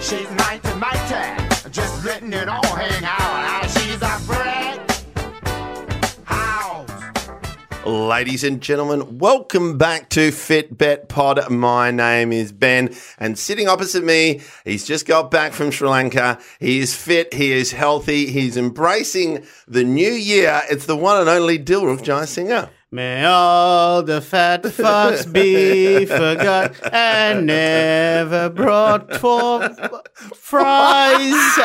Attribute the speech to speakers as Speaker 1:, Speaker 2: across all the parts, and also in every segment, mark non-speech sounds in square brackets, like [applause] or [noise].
Speaker 1: She's mine to my tag. Just letting it all hang out. Ah, She's a brick house.
Speaker 2: Ladies and gentlemen, welcome back to Fitbet Pod. My name is Ben, and sitting opposite me, he's just got back from Sri Lanka. He is fit, he is healthy, he's embracing the new year. It's the one and only Dilruk Jai Singer.
Speaker 3: May all the fat
Speaker 2: [laughs]
Speaker 3: fucks be forgot and never brought forth fries. [laughs]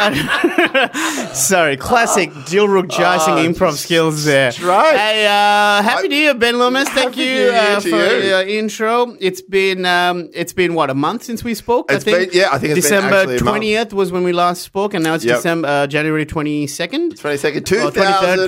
Speaker 3: Sorry, classic
Speaker 2: Ah.
Speaker 3: Dilruk Jaising improv skills there. That's
Speaker 2: right.
Speaker 3: Hey, uh, happy New Year, Ben Lomas. Thank
Speaker 2: Happy
Speaker 3: you
Speaker 2: New Year
Speaker 3: uh,
Speaker 2: to
Speaker 3: for
Speaker 2: you.
Speaker 3: your intro. It's been um, it's been what a month since we spoke.
Speaker 2: It's
Speaker 3: I think.
Speaker 2: been- yeah, I think it's been actually
Speaker 3: December
Speaker 2: a month.
Speaker 3: twentieth was when we last spoke, and now it's
Speaker 2: Yep.
Speaker 3: December uh, January twenty second.
Speaker 2: 22nd,
Speaker 3: Oh, 23rd, 23rd,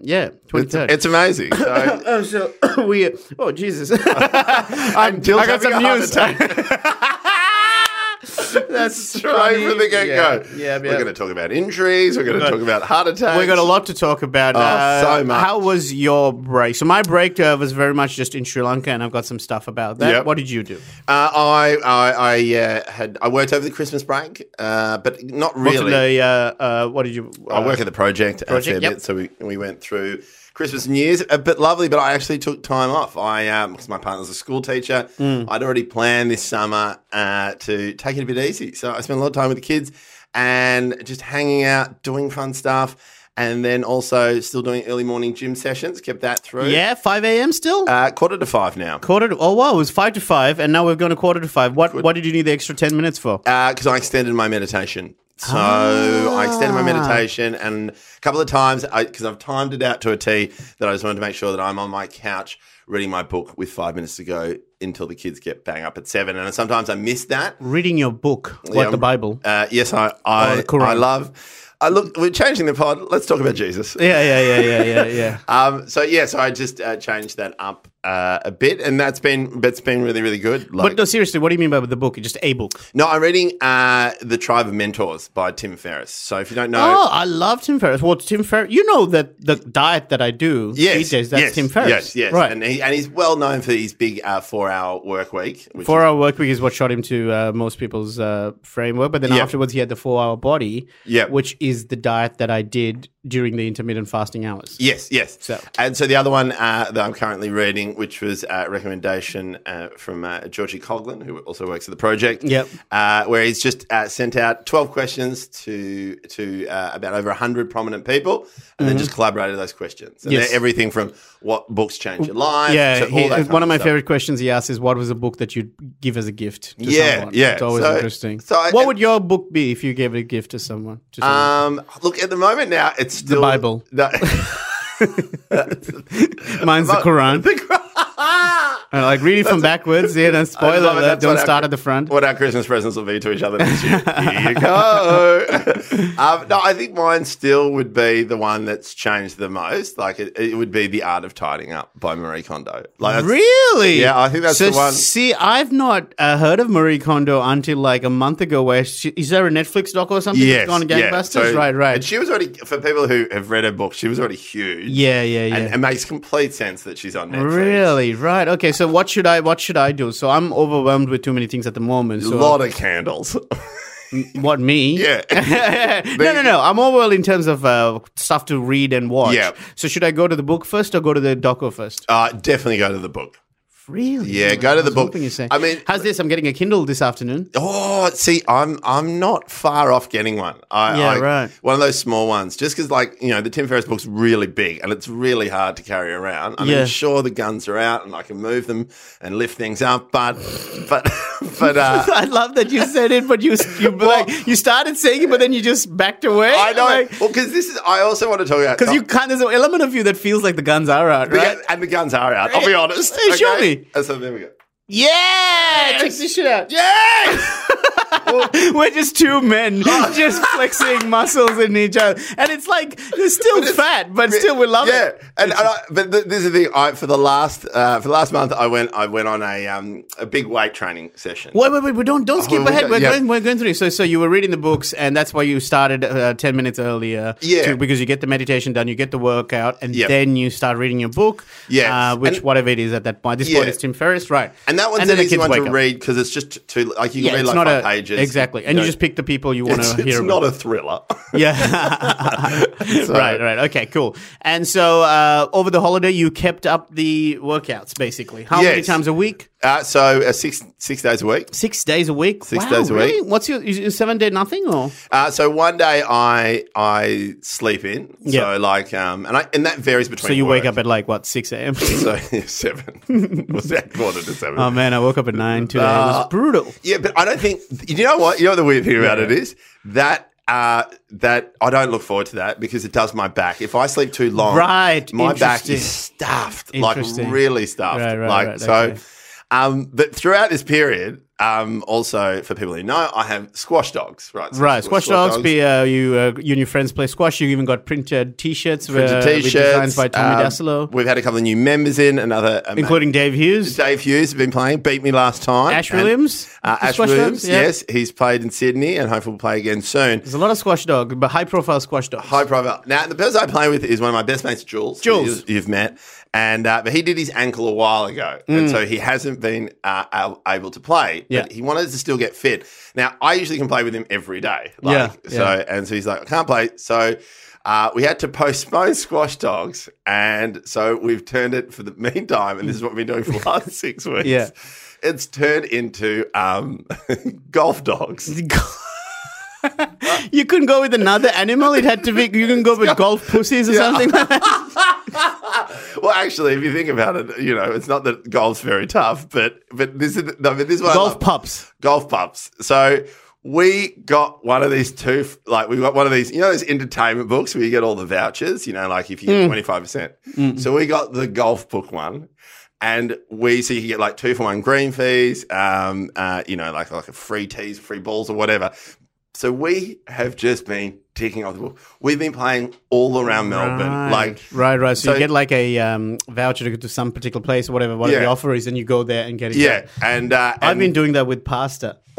Speaker 2: 2019.
Speaker 3: yeah, 23rd.
Speaker 2: It's amazing. So, [laughs]
Speaker 3: [laughs] Oh, so [coughs] we. Oh, Jesus. [laughs] I'm,
Speaker 2: And Dill's
Speaker 3: I got
Speaker 2: having
Speaker 3: some
Speaker 2: a heart
Speaker 3: news. [laughs] That's
Speaker 2: straight from the get go.
Speaker 3: Yeah, yeah.
Speaker 2: We're going to talk about injuries. We're going to talk about heart attacks.
Speaker 3: We got a lot to talk about.
Speaker 2: Oh,
Speaker 3: uh,
Speaker 2: so much.
Speaker 3: How was your break? So my break uh, was very much just in Sri Lanka, and I've got some stuff about that.
Speaker 2: Yep.
Speaker 3: What did you do?
Speaker 2: Uh, I I, I uh, had I worked over the Christmas break, uh, but not
Speaker 3: What's
Speaker 2: really.
Speaker 3: the, uh, uh, what did you?
Speaker 2: I work at the project, a fair
Speaker 3: project, yep.
Speaker 2: bit, so we, we went through Christmas and New Year's, a bit lovely. But I actually took time off. I um, because my partner's a school teacher,
Speaker 3: Mm.
Speaker 2: I'd already planned this summer uh, to take it a bit easy. So I spent a lot of time with the kids and just hanging out, doing fun stuff, and then also still doing early morning gym sessions. Kept that through.
Speaker 3: yeah, five a.m. still.
Speaker 2: uh, quarter to five now.
Speaker 3: quarter to oh wow, it was five to five, and now we've gone to quarter to five. What what did you need the extra ten minutes for?
Speaker 2: because Uh, I extended my meditation. So I extended my
Speaker 3: Ah.
Speaker 2: meditation, and a couple of times, because I've timed it out to a T, that I just wanted to make sure that I'm on my couch reading my book with five minutes to go until the kids get bang up at seven. And sometimes I miss that.
Speaker 3: Reading your book,
Speaker 2: Yeah,
Speaker 3: what the
Speaker 2: I'm-
Speaker 3: Bible.
Speaker 2: Uh, yes, I I,
Speaker 3: the Quran.
Speaker 2: I love. I look. We're changing the pod. Let's talk about Jesus.
Speaker 3: Yeah, yeah, yeah, yeah, yeah, yeah.
Speaker 2: Um, so yeah, so I just uh, changed that up uh, a bit, and that's been that's been really really good. Like-
Speaker 3: But no, seriously, what do you mean by the book? Just a book.
Speaker 2: no, I'm reading uh, the Tribe of Mentors by Tim Ferriss. So if you don't know,
Speaker 3: Oh, I love Tim Ferriss. Well, Tim Ferriss, you know that the diet that I do,
Speaker 2: Yes,
Speaker 3: cheat days, that's
Speaker 2: yes,
Speaker 3: Tim Ferriss.
Speaker 2: Yes, yes,
Speaker 3: Right.
Speaker 2: And, he, and he's well known for his big uh, four-hour work week. Which
Speaker 3: four
Speaker 2: is-
Speaker 3: hour work week is what shot him to uh, most people's uh, framework. But then
Speaker 2: Yeah.
Speaker 3: afterwards, he had the four hour body,
Speaker 2: Yeah.
Speaker 3: which is the diet that I did during the intermittent fasting hours.
Speaker 2: Yes, yes.
Speaker 3: So-
Speaker 2: And so the other one uh, that I'm currently reading, which was uh, a recommendation uh, from uh, Georgie Coughlin, who also works at the project,
Speaker 3: Yep.
Speaker 2: uh, where he's just uh, sent out 12 questions to to uh, about over 100 prominent people and then just collaborated those questions. And
Speaker 3: Mm-hmm. Yes.
Speaker 2: they're everything from what books change your life
Speaker 3: Yeah,
Speaker 2: to all
Speaker 3: he-
Speaker 2: that kind
Speaker 3: one of my
Speaker 2: stuff.
Speaker 3: favorite questions he asks is, "What was a book that you'd give as a gift?" To
Speaker 2: Yeah,
Speaker 3: someone?
Speaker 2: yeah.
Speaker 3: It's always
Speaker 2: So-
Speaker 3: interesting.
Speaker 2: so I-
Speaker 3: what would your book be if you gave it a gift to someone? To someone?
Speaker 2: Um, look, at the moment now, it's still
Speaker 3: Bible.
Speaker 2: No. [laughs]
Speaker 3: Mine's the
Speaker 2: Uh,
Speaker 3: Quran.
Speaker 2: The Quran.
Speaker 3: And, Uh, like read it from backwards, yeah.
Speaker 2: [laughs]
Speaker 3: Don't
Speaker 2: I
Speaker 3: spoil
Speaker 2: love it.
Speaker 3: it.
Speaker 2: That's
Speaker 3: Don't
Speaker 2: what
Speaker 3: start
Speaker 2: our,
Speaker 3: at the front.
Speaker 2: What our Christmas presents will be to each other this
Speaker 3: [laughs]
Speaker 2: year. Here you go. um, no, I think mine still would be the one that's changed the most. Like it, it would be "The Art of Tidying Up" by Marie Kondo. Like that's-
Speaker 3: Really?
Speaker 2: Yeah, I think that's
Speaker 3: so
Speaker 2: the one.
Speaker 3: See, I've not uh, heard of Marie Kondo until like a month ago. Where she, is there a Netflix doc or something?
Speaker 2: Yes,
Speaker 3: that's gone
Speaker 2: yeah.
Speaker 3: gangbusters.
Speaker 2: So-
Speaker 3: right,
Speaker 2: And
Speaker 3: right.
Speaker 2: she was already for people who have read her book. She was already huge.
Speaker 3: yeah, yeah, yeah.
Speaker 2: and it makes complete sense that she's on Netflix.
Speaker 3: really? Right. Okay. So what should I what should I do? So I'm overwhelmed with too many things at the moment.
Speaker 2: a
Speaker 3: So
Speaker 2: lot of candles. [laughs]
Speaker 3: what me?
Speaker 2: yeah.
Speaker 3: [laughs] no, no, no. I'm overwhelmed in terms of uh, stuff to read and watch.
Speaker 2: Yeah.
Speaker 3: So should I go to the book first or go to the doco first?
Speaker 2: Uh, definitely go to the book.
Speaker 3: Really?
Speaker 2: Yeah, go to the
Speaker 3: was
Speaker 2: book.
Speaker 3: hoping you'd say-
Speaker 2: I mean-
Speaker 3: how's this? I'm getting a Kindle this afternoon.
Speaker 2: Oh, see, I'm I'm not far off getting one. I,
Speaker 3: Yeah,
Speaker 2: I-
Speaker 3: right.
Speaker 2: One of those small ones, just because, like you know, the Tim Ferriss book's really big and it's really hard to carry around. I
Speaker 3: Yeah.
Speaker 2: mean, sure, the guns are out and I can move them and lift things up, but [laughs] but but uh,
Speaker 3: [laughs] [laughs] I love that you said it, but you [laughs] you like you started saying it, but then you just backed away.
Speaker 2: I know. Well,
Speaker 3: like,
Speaker 2: 'cause well, because this is. I also want to talk about
Speaker 3: because you can't. There's an element of you that feels like the guns are out,
Speaker 2: The
Speaker 3: right?
Speaker 2: gun- and the guns are out. I'll be honest.
Speaker 3: Hey, show me.
Speaker 2: And so there we go.
Speaker 3: Yeah, check this shit out.
Speaker 2: Yes.
Speaker 3: [laughs]
Speaker 2: [laughs]
Speaker 3: We're just two [laughs] men just flexing muscles in each other, and it's like [laughs] you're still fat, but still we love
Speaker 2: yeah.
Speaker 3: it.
Speaker 2: and, and I, but th- this is the thing. I, for the last uh, for the last month, I went I went on a um, a big weight training session.
Speaker 3: Wait, wait, wait! We don't don't skip
Speaker 2: we
Speaker 3: ahead.
Speaker 2: don't-
Speaker 3: We're
Speaker 2: Uh, yeah.
Speaker 3: going we're going through. So so you were reading the books, and that's why you started uh, ten minutes earlier.
Speaker 2: Yeah.
Speaker 3: to- because you get the meditation done, you get the workout, and
Speaker 2: Yep.
Speaker 3: then you start reading your book.
Speaker 2: Yes.
Speaker 3: uh, which
Speaker 2: And-
Speaker 3: whatever it is at that point. This
Speaker 2: Yeah.
Speaker 3: point is Tim Ferriss, right?
Speaker 2: And that one's
Speaker 3: then
Speaker 2: an
Speaker 3: the
Speaker 2: easy
Speaker 3: kids
Speaker 2: one
Speaker 3: wake
Speaker 2: to
Speaker 3: up.
Speaker 2: read because it's just too like you can
Speaker 3: Yeah,
Speaker 2: read
Speaker 3: it's
Speaker 2: like
Speaker 3: not
Speaker 2: five
Speaker 3: a-
Speaker 2: pages. it's-
Speaker 3: exactly. And you
Speaker 2: know,
Speaker 3: just pick the people you want
Speaker 2: it's,
Speaker 3: to hear
Speaker 2: it's
Speaker 3: about.
Speaker 2: not a
Speaker 3: [laughs]
Speaker 2: thriller. [laughs]
Speaker 3: Yeah.
Speaker 2: So-
Speaker 3: [laughs] right, right. Okay, cool. And so uh, over the holiday, you kept up the workouts basically. How many
Speaker 2: Yes.
Speaker 3: times a week?
Speaker 2: Uh, so uh, six six days a week.
Speaker 3: Six days a week.
Speaker 2: Six
Speaker 3: Wow,
Speaker 2: days a week.
Speaker 3: really? What's your is it seven day nothing or?
Speaker 2: Uh, so one day I I sleep in.
Speaker 3: Yeah.
Speaker 2: So like um and I and that varies between.
Speaker 3: So you wake
Speaker 2: work.
Speaker 3: up at like what six a.m.
Speaker 2: So [laughs] seven. Was that quarter to seven?
Speaker 3: [laughs] oh man, I woke up at nine today. it was
Speaker 2: Uh,
Speaker 3: brutal.
Speaker 2: Yeah, but I don't think you know what you know. what The weird thing about it is that uh, that I don't look forward to that because it does my back. If I sleep too long,
Speaker 3: Right,
Speaker 2: my back
Speaker 3: interesting.
Speaker 2: is stuffed, like
Speaker 3: Interesting.
Speaker 2: really stuffed.
Speaker 3: Right, right,
Speaker 2: like
Speaker 3: right,
Speaker 2: so.
Speaker 3: okay.
Speaker 2: Um, but throughout this period, um, also for people who know, I have squash dogs. Right, so
Speaker 3: Right, squash dogs. Be, uh, you, uh, you and your friends play squash. You even got printed T-shirts,
Speaker 2: printed
Speaker 3: uh, with
Speaker 2: t-shirts
Speaker 3: designs by Tommy
Speaker 2: um,
Speaker 3: Dasilo,
Speaker 2: We've had a couple of new members in. Another um,
Speaker 3: including Dave Hughes,
Speaker 2: Dave Hughes has been playing. Beat me last time.
Speaker 3: Ash
Speaker 2: And,
Speaker 3: Williams,
Speaker 2: uh,
Speaker 3: the
Speaker 2: Ash
Speaker 3: squash
Speaker 2: Williams.
Speaker 3: dogs, yeah.
Speaker 2: Yes, he's played in Sydney and hopefully will play again soon.
Speaker 3: There's a lot of squash dog, but high-profile squash dogs.
Speaker 2: High profile. Now, the person I play with is one of my best mates, Jules. who
Speaker 3: Jules.
Speaker 2: you- you've met, and uh, but he did his ankle a while ago, and so he hasn't been uh, al- able to play.
Speaker 3: Mm. Yeah.
Speaker 2: But he wanted to still get fit. Now, I usually can play with him every day. Like,
Speaker 3: Yeah,
Speaker 2: So
Speaker 3: yeah.
Speaker 2: and so he's like, I can't play. So. Uh, we had to postpone [laughs] squash dogs, and so we've turned it for the [laughs] meantime. And this is what we've been doing for the
Speaker 3: [laughs]
Speaker 2: last six weeks.
Speaker 3: Yeah.
Speaker 2: it's turned into um, [laughs] golf dogs.
Speaker 3: [laughs] you couldn't go with another animal. It had to be. You can go
Speaker 2: [laughs]
Speaker 3: with golf pussies or something. Like that.
Speaker 2: Well, actually, if you think about it, you know, it's not that golf's very tough, but but this is no, but this one
Speaker 3: Golf pups.
Speaker 2: golf pups. So we got one of these two, like we got one of these, you know, those entertainment books where you get all the vouchers, you know, like if
Speaker 3: Mm.
Speaker 2: you get twenty five percent. So we got the golf book one. And we so you can get like two for one green fees, um, uh, you know, like like a free tees, free balls, or whatever. So we have just been ticking off the book. We've been playing all around Melbourne, like
Speaker 3: right, right. So,
Speaker 2: so-
Speaker 3: you get like a um, voucher to go to some particular place or whatever. What
Speaker 2: Yeah.
Speaker 3: the offer is, and you go there and get it.
Speaker 2: Yeah, and, uh,
Speaker 3: I've
Speaker 2: and
Speaker 3: been doing that with pasta. [laughs]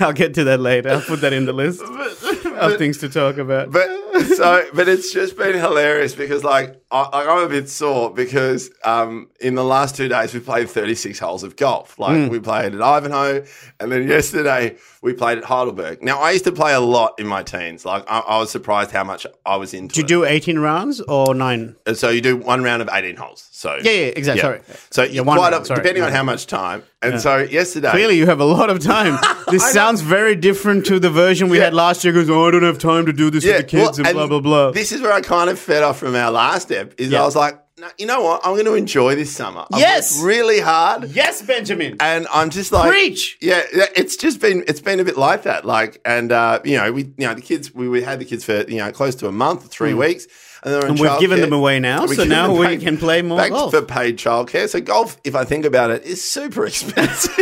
Speaker 3: I'll get to that later. I'll put that in the list of things to talk about.
Speaker 2: but so but it's just been hilarious because like I, like, I'm a bit sore because um in the last two days we played 36 holes of golf. Like
Speaker 3: Hmm.
Speaker 2: we played at Ivanhoe, and then yesterday we played at Heidelberg. Now I used to play a lot in my teens. Like I, I was surprised how much I was into
Speaker 3: Do you
Speaker 2: it.
Speaker 3: do 18 rounds or nine?
Speaker 2: And so you do one round of 18 holes. So
Speaker 3: Yeah, yeah, exactly. Sorry.
Speaker 2: So
Speaker 3: Yeah,
Speaker 2: you
Speaker 3: one
Speaker 2: quite
Speaker 3: round,
Speaker 2: up,
Speaker 3: sorry.
Speaker 2: depending on
Speaker 3: Yeah.
Speaker 2: how much time. And so yesterday,
Speaker 3: Clearly, you have a lot
Speaker 2: [laughs]
Speaker 3: of time. This sounds very different to the version we
Speaker 2: Yeah.
Speaker 3: had last year. Goes, oh, I don't have time to do this with the
Speaker 2: well,
Speaker 3: kids and blah blah blah.
Speaker 2: This is where I kind of fed off from our last step. Is
Speaker 3: Yeah.
Speaker 2: I was like, no, you know what? I'm going to enjoy this summer. I've
Speaker 3: Yes.
Speaker 2: worked really hard,
Speaker 3: yes, Benjamin.
Speaker 2: and I'm just like,
Speaker 3: Preach.
Speaker 2: Yeah, yeah, it's just been it's been a bit like that. Like, and uh, you know, we you know the kids we, we had the kids for you know close to a month, three weeks, and, they were in
Speaker 3: Hmm. And we've given
Speaker 2: childcare.
Speaker 3: them away now,
Speaker 2: We've
Speaker 3: so
Speaker 2: given
Speaker 3: now
Speaker 2: them
Speaker 3: we
Speaker 2: back-
Speaker 3: can play more
Speaker 2: back
Speaker 3: golf.
Speaker 2: for paid childcare. So golf, if I think about it, is super [laughs] expensive.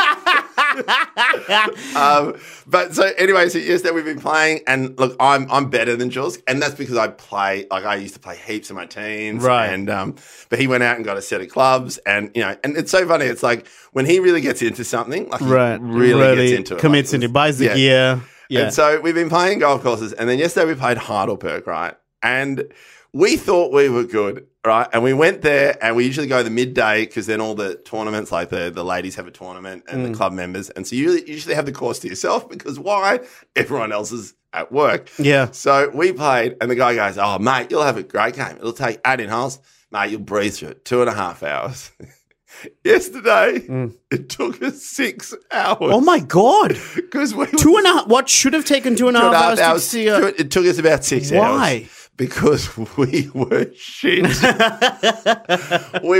Speaker 2: um, but so anyway, so yes, that we've been playing, and look, I'm I'm better than Jules, and that's because I play like I used to play heaps in my teens,
Speaker 3: Right.
Speaker 2: And um, but he went out and got a set of clubs, and you know, and it's so funny. It's like when he really gets into something, like he
Speaker 3: right,
Speaker 2: really, gets into it,
Speaker 3: commits
Speaker 2: like,
Speaker 3: into, buys the
Speaker 2: yeah.
Speaker 3: gear. Yeah,
Speaker 2: And so we've been playing golf courses, and then yesterday we played Heidelberg, right? And we thought we were good, right? And we went there, and we usually go the midday because then all the tournaments, like the, the ladies have a tournament and
Speaker 3: Mm.
Speaker 2: the club members, and so you usually- usually have the course to yourself because why? Everyone else is at work.
Speaker 3: yeah.
Speaker 2: So we played, and the guy goes, "Oh, mate, you'll have a great game. It'll take eight in holes, mate. You'll breathe through it. Two and a half hours." [laughs] Yesterday, it took us six hours.
Speaker 3: Mm. Oh my god,
Speaker 2: [laughs] Because we were
Speaker 3: two and a half. What should have taken two and a
Speaker 2: two and
Speaker 3: half
Speaker 2: a half
Speaker 3: hours,
Speaker 2: hours.
Speaker 3: to see? A,
Speaker 2: Two- it took us about six hours.
Speaker 3: Why?
Speaker 2: Because [laughs] we were
Speaker 3: [laughs]
Speaker 2: shit. we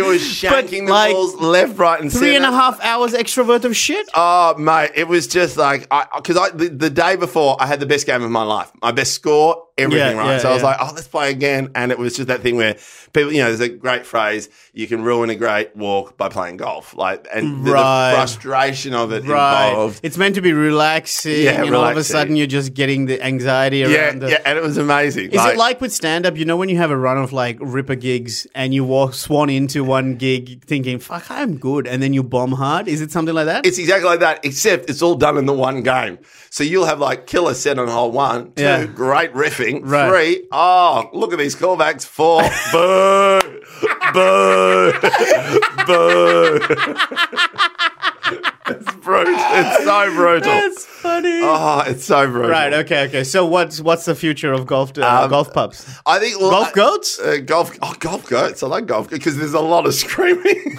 Speaker 2: were shanking the
Speaker 3: like,
Speaker 2: balls left, right, and
Speaker 3: three and a
Speaker 2: centre.
Speaker 3: half hours extra worth of shit.
Speaker 2: Oh, mate, it was just like I because I, the, the day before I had the best game of my life, my best score, everything
Speaker 3: Yeah,
Speaker 2: right.
Speaker 3: yeah,
Speaker 2: so I was
Speaker 3: yeah.
Speaker 2: like, oh, let's play again, and it was just that thing where people, you know, there's a great phrase: you can ruin a great walk by playing golf, like and the-
Speaker 3: Right.
Speaker 2: the frustration of it
Speaker 3: Right,
Speaker 2: involved.
Speaker 3: it's meant to be relaxing,
Speaker 2: Yeah,
Speaker 3: and all of a
Speaker 2: relaxing.
Speaker 3: sudden you're just getting the anxiety around.
Speaker 2: Yeah,
Speaker 3: the,
Speaker 2: yeah, and it was amazing.
Speaker 3: Is it like with stand up? You know, when you have a run of like ripper gigs and you walk swan into one gig thinking, fuck, I'm good. And then you bomb hard? Is it something like that?
Speaker 2: It's exactly like that, except it's all done in the one game. So you'll have like killer set on hole one, two,
Speaker 3: Yeah.
Speaker 2: great riffing,
Speaker 3: Right.
Speaker 2: three, oh, look at these callbacks,
Speaker 3: [laughs]
Speaker 2: four, boo, boo, boo. it's so brutal.
Speaker 3: [laughs] That's funny.
Speaker 2: Oh, it's so brutal.
Speaker 3: Right. Okay. Okay. So what's what's the future of golf uh,
Speaker 2: Um,
Speaker 3: golf pubs?
Speaker 2: I think well,
Speaker 3: Golf
Speaker 2: I-
Speaker 3: goats?
Speaker 2: Uh, golf. Oh, golf goats. I like golf because there's a lot of screaming.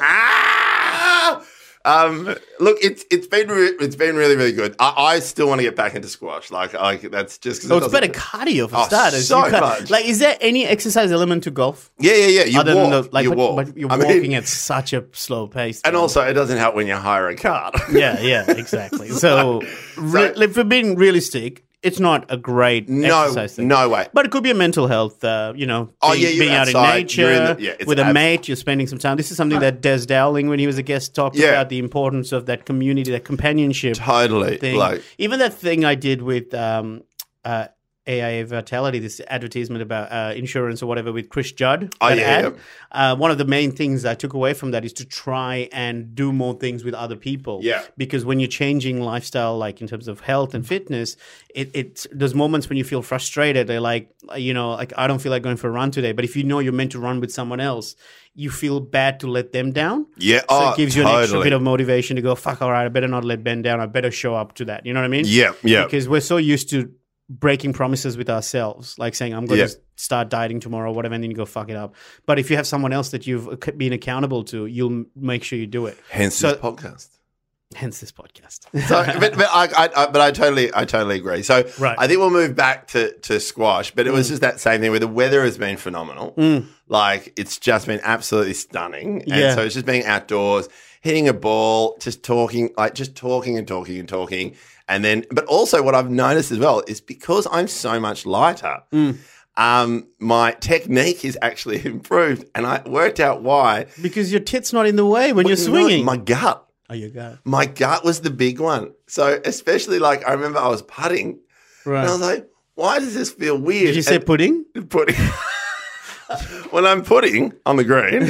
Speaker 2: Ah! [laughs] um, look, it's it's been re- it's been really really good. I, I still want to get back into squash. Like like that's just. 'cause it
Speaker 3: So it's
Speaker 2: doesn't-
Speaker 3: better cardio for
Speaker 2: Oh,
Speaker 3: starters.
Speaker 2: so
Speaker 3: You can't-
Speaker 2: much.
Speaker 3: Like, is there any exercise element to golf
Speaker 2: Yeah yeah yeah. You
Speaker 3: other
Speaker 2: walk.
Speaker 3: than the like?
Speaker 2: you
Speaker 3: but,
Speaker 2: walk.
Speaker 3: but you're
Speaker 2: I mean,
Speaker 3: walking at such a slow pace.
Speaker 2: and also it doesn't help when you hire a cart.
Speaker 3: [laughs] yeah,
Speaker 2: [laughs]
Speaker 3: yeah, exactly. So, re- like, for being realistic, it's not a great
Speaker 2: no
Speaker 3: exercise thing.
Speaker 2: no way.
Speaker 3: But it could be a mental health, uh, you know,
Speaker 2: Oh,
Speaker 3: being,
Speaker 2: yeah, you're
Speaker 3: being out in
Speaker 2: outside,
Speaker 3: nature
Speaker 2: you're in the- yeah, it's
Speaker 3: with a
Speaker 2: abs-
Speaker 3: mate, you're spending some time. This is something that Des Dowling, when he was a guest, talked
Speaker 2: Yeah.
Speaker 3: about the importance of that community, that companionship
Speaker 2: Totally.
Speaker 3: thing.
Speaker 2: Like
Speaker 3: Even that thing I did with um, uh, AIA Vitality, this advertisement about uh, insurance or whatever with Chris Judd.
Speaker 2: Oh,
Speaker 3: that
Speaker 2: yeah,
Speaker 3: ad. Uh, one of the main things I took away from that is to try and do more things with other people.
Speaker 2: Yeah.
Speaker 3: Because when you're changing lifestyle, like in terms of health and fitness, it, it's there's moments when you feel frustrated. They're like, you know, like I don't feel like going for a run today. But if you know you're meant to run with someone else, you feel bad to let them down.
Speaker 2: yeah.
Speaker 3: So
Speaker 2: oh,
Speaker 3: it gives you an extra
Speaker 2: totally.
Speaker 3: bit of motivation to go, fuck, all right, I better not let Ben down. I better show up to that. You know what I mean?
Speaker 2: Yeah yeah.
Speaker 3: Because we're so used to breaking promises with ourselves, like saying, I'm going
Speaker 2: Yeah.
Speaker 3: to start dieting tomorrow or whatever, and then you go, fuck it up. But if you have someone else that you've ac- been accountable to, you'll m- make sure you do it.
Speaker 2: Hence
Speaker 3: so-
Speaker 2: this podcast.
Speaker 3: Hence this podcast. [laughs]
Speaker 2: So, but, but I, I, I, but I totally, I totally agree. So
Speaker 3: Right. Mm.
Speaker 2: I think we'll move back to, to squash, but it was just that same thing where the weather has been phenomenal. Like it's just been absolutely stunning. And
Speaker 3: Yeah.
Speaker 2: so it's just being outdoors, hitting a ball, just talking, like just talking and talking and talking. And then, but also what I've noticed as well is because I'm so much lighter,
Speaker 3: Mm.
Speaker 2: um, my technique is actually [laughs] improved. And I worked out why.
Speaker 3: because your tit's not in the way when you're
Speaker 2: No,
Speaker 3: swinging.
Speaker 2: My gut
Speaker 3: oh, you got
Speaker 2: my gut was the big one. So especially like I remember I was putting
Speaker 3: Right.
Speaker 2: and I was like, why does this feel weird?
Speaker 3: Did you say
Speaker 2: And
Speaker 3: pudding?
Speaker 2: putting? [laughs] when I'm putting on the
Speaker 3: [laughs]
Speaker 2: green,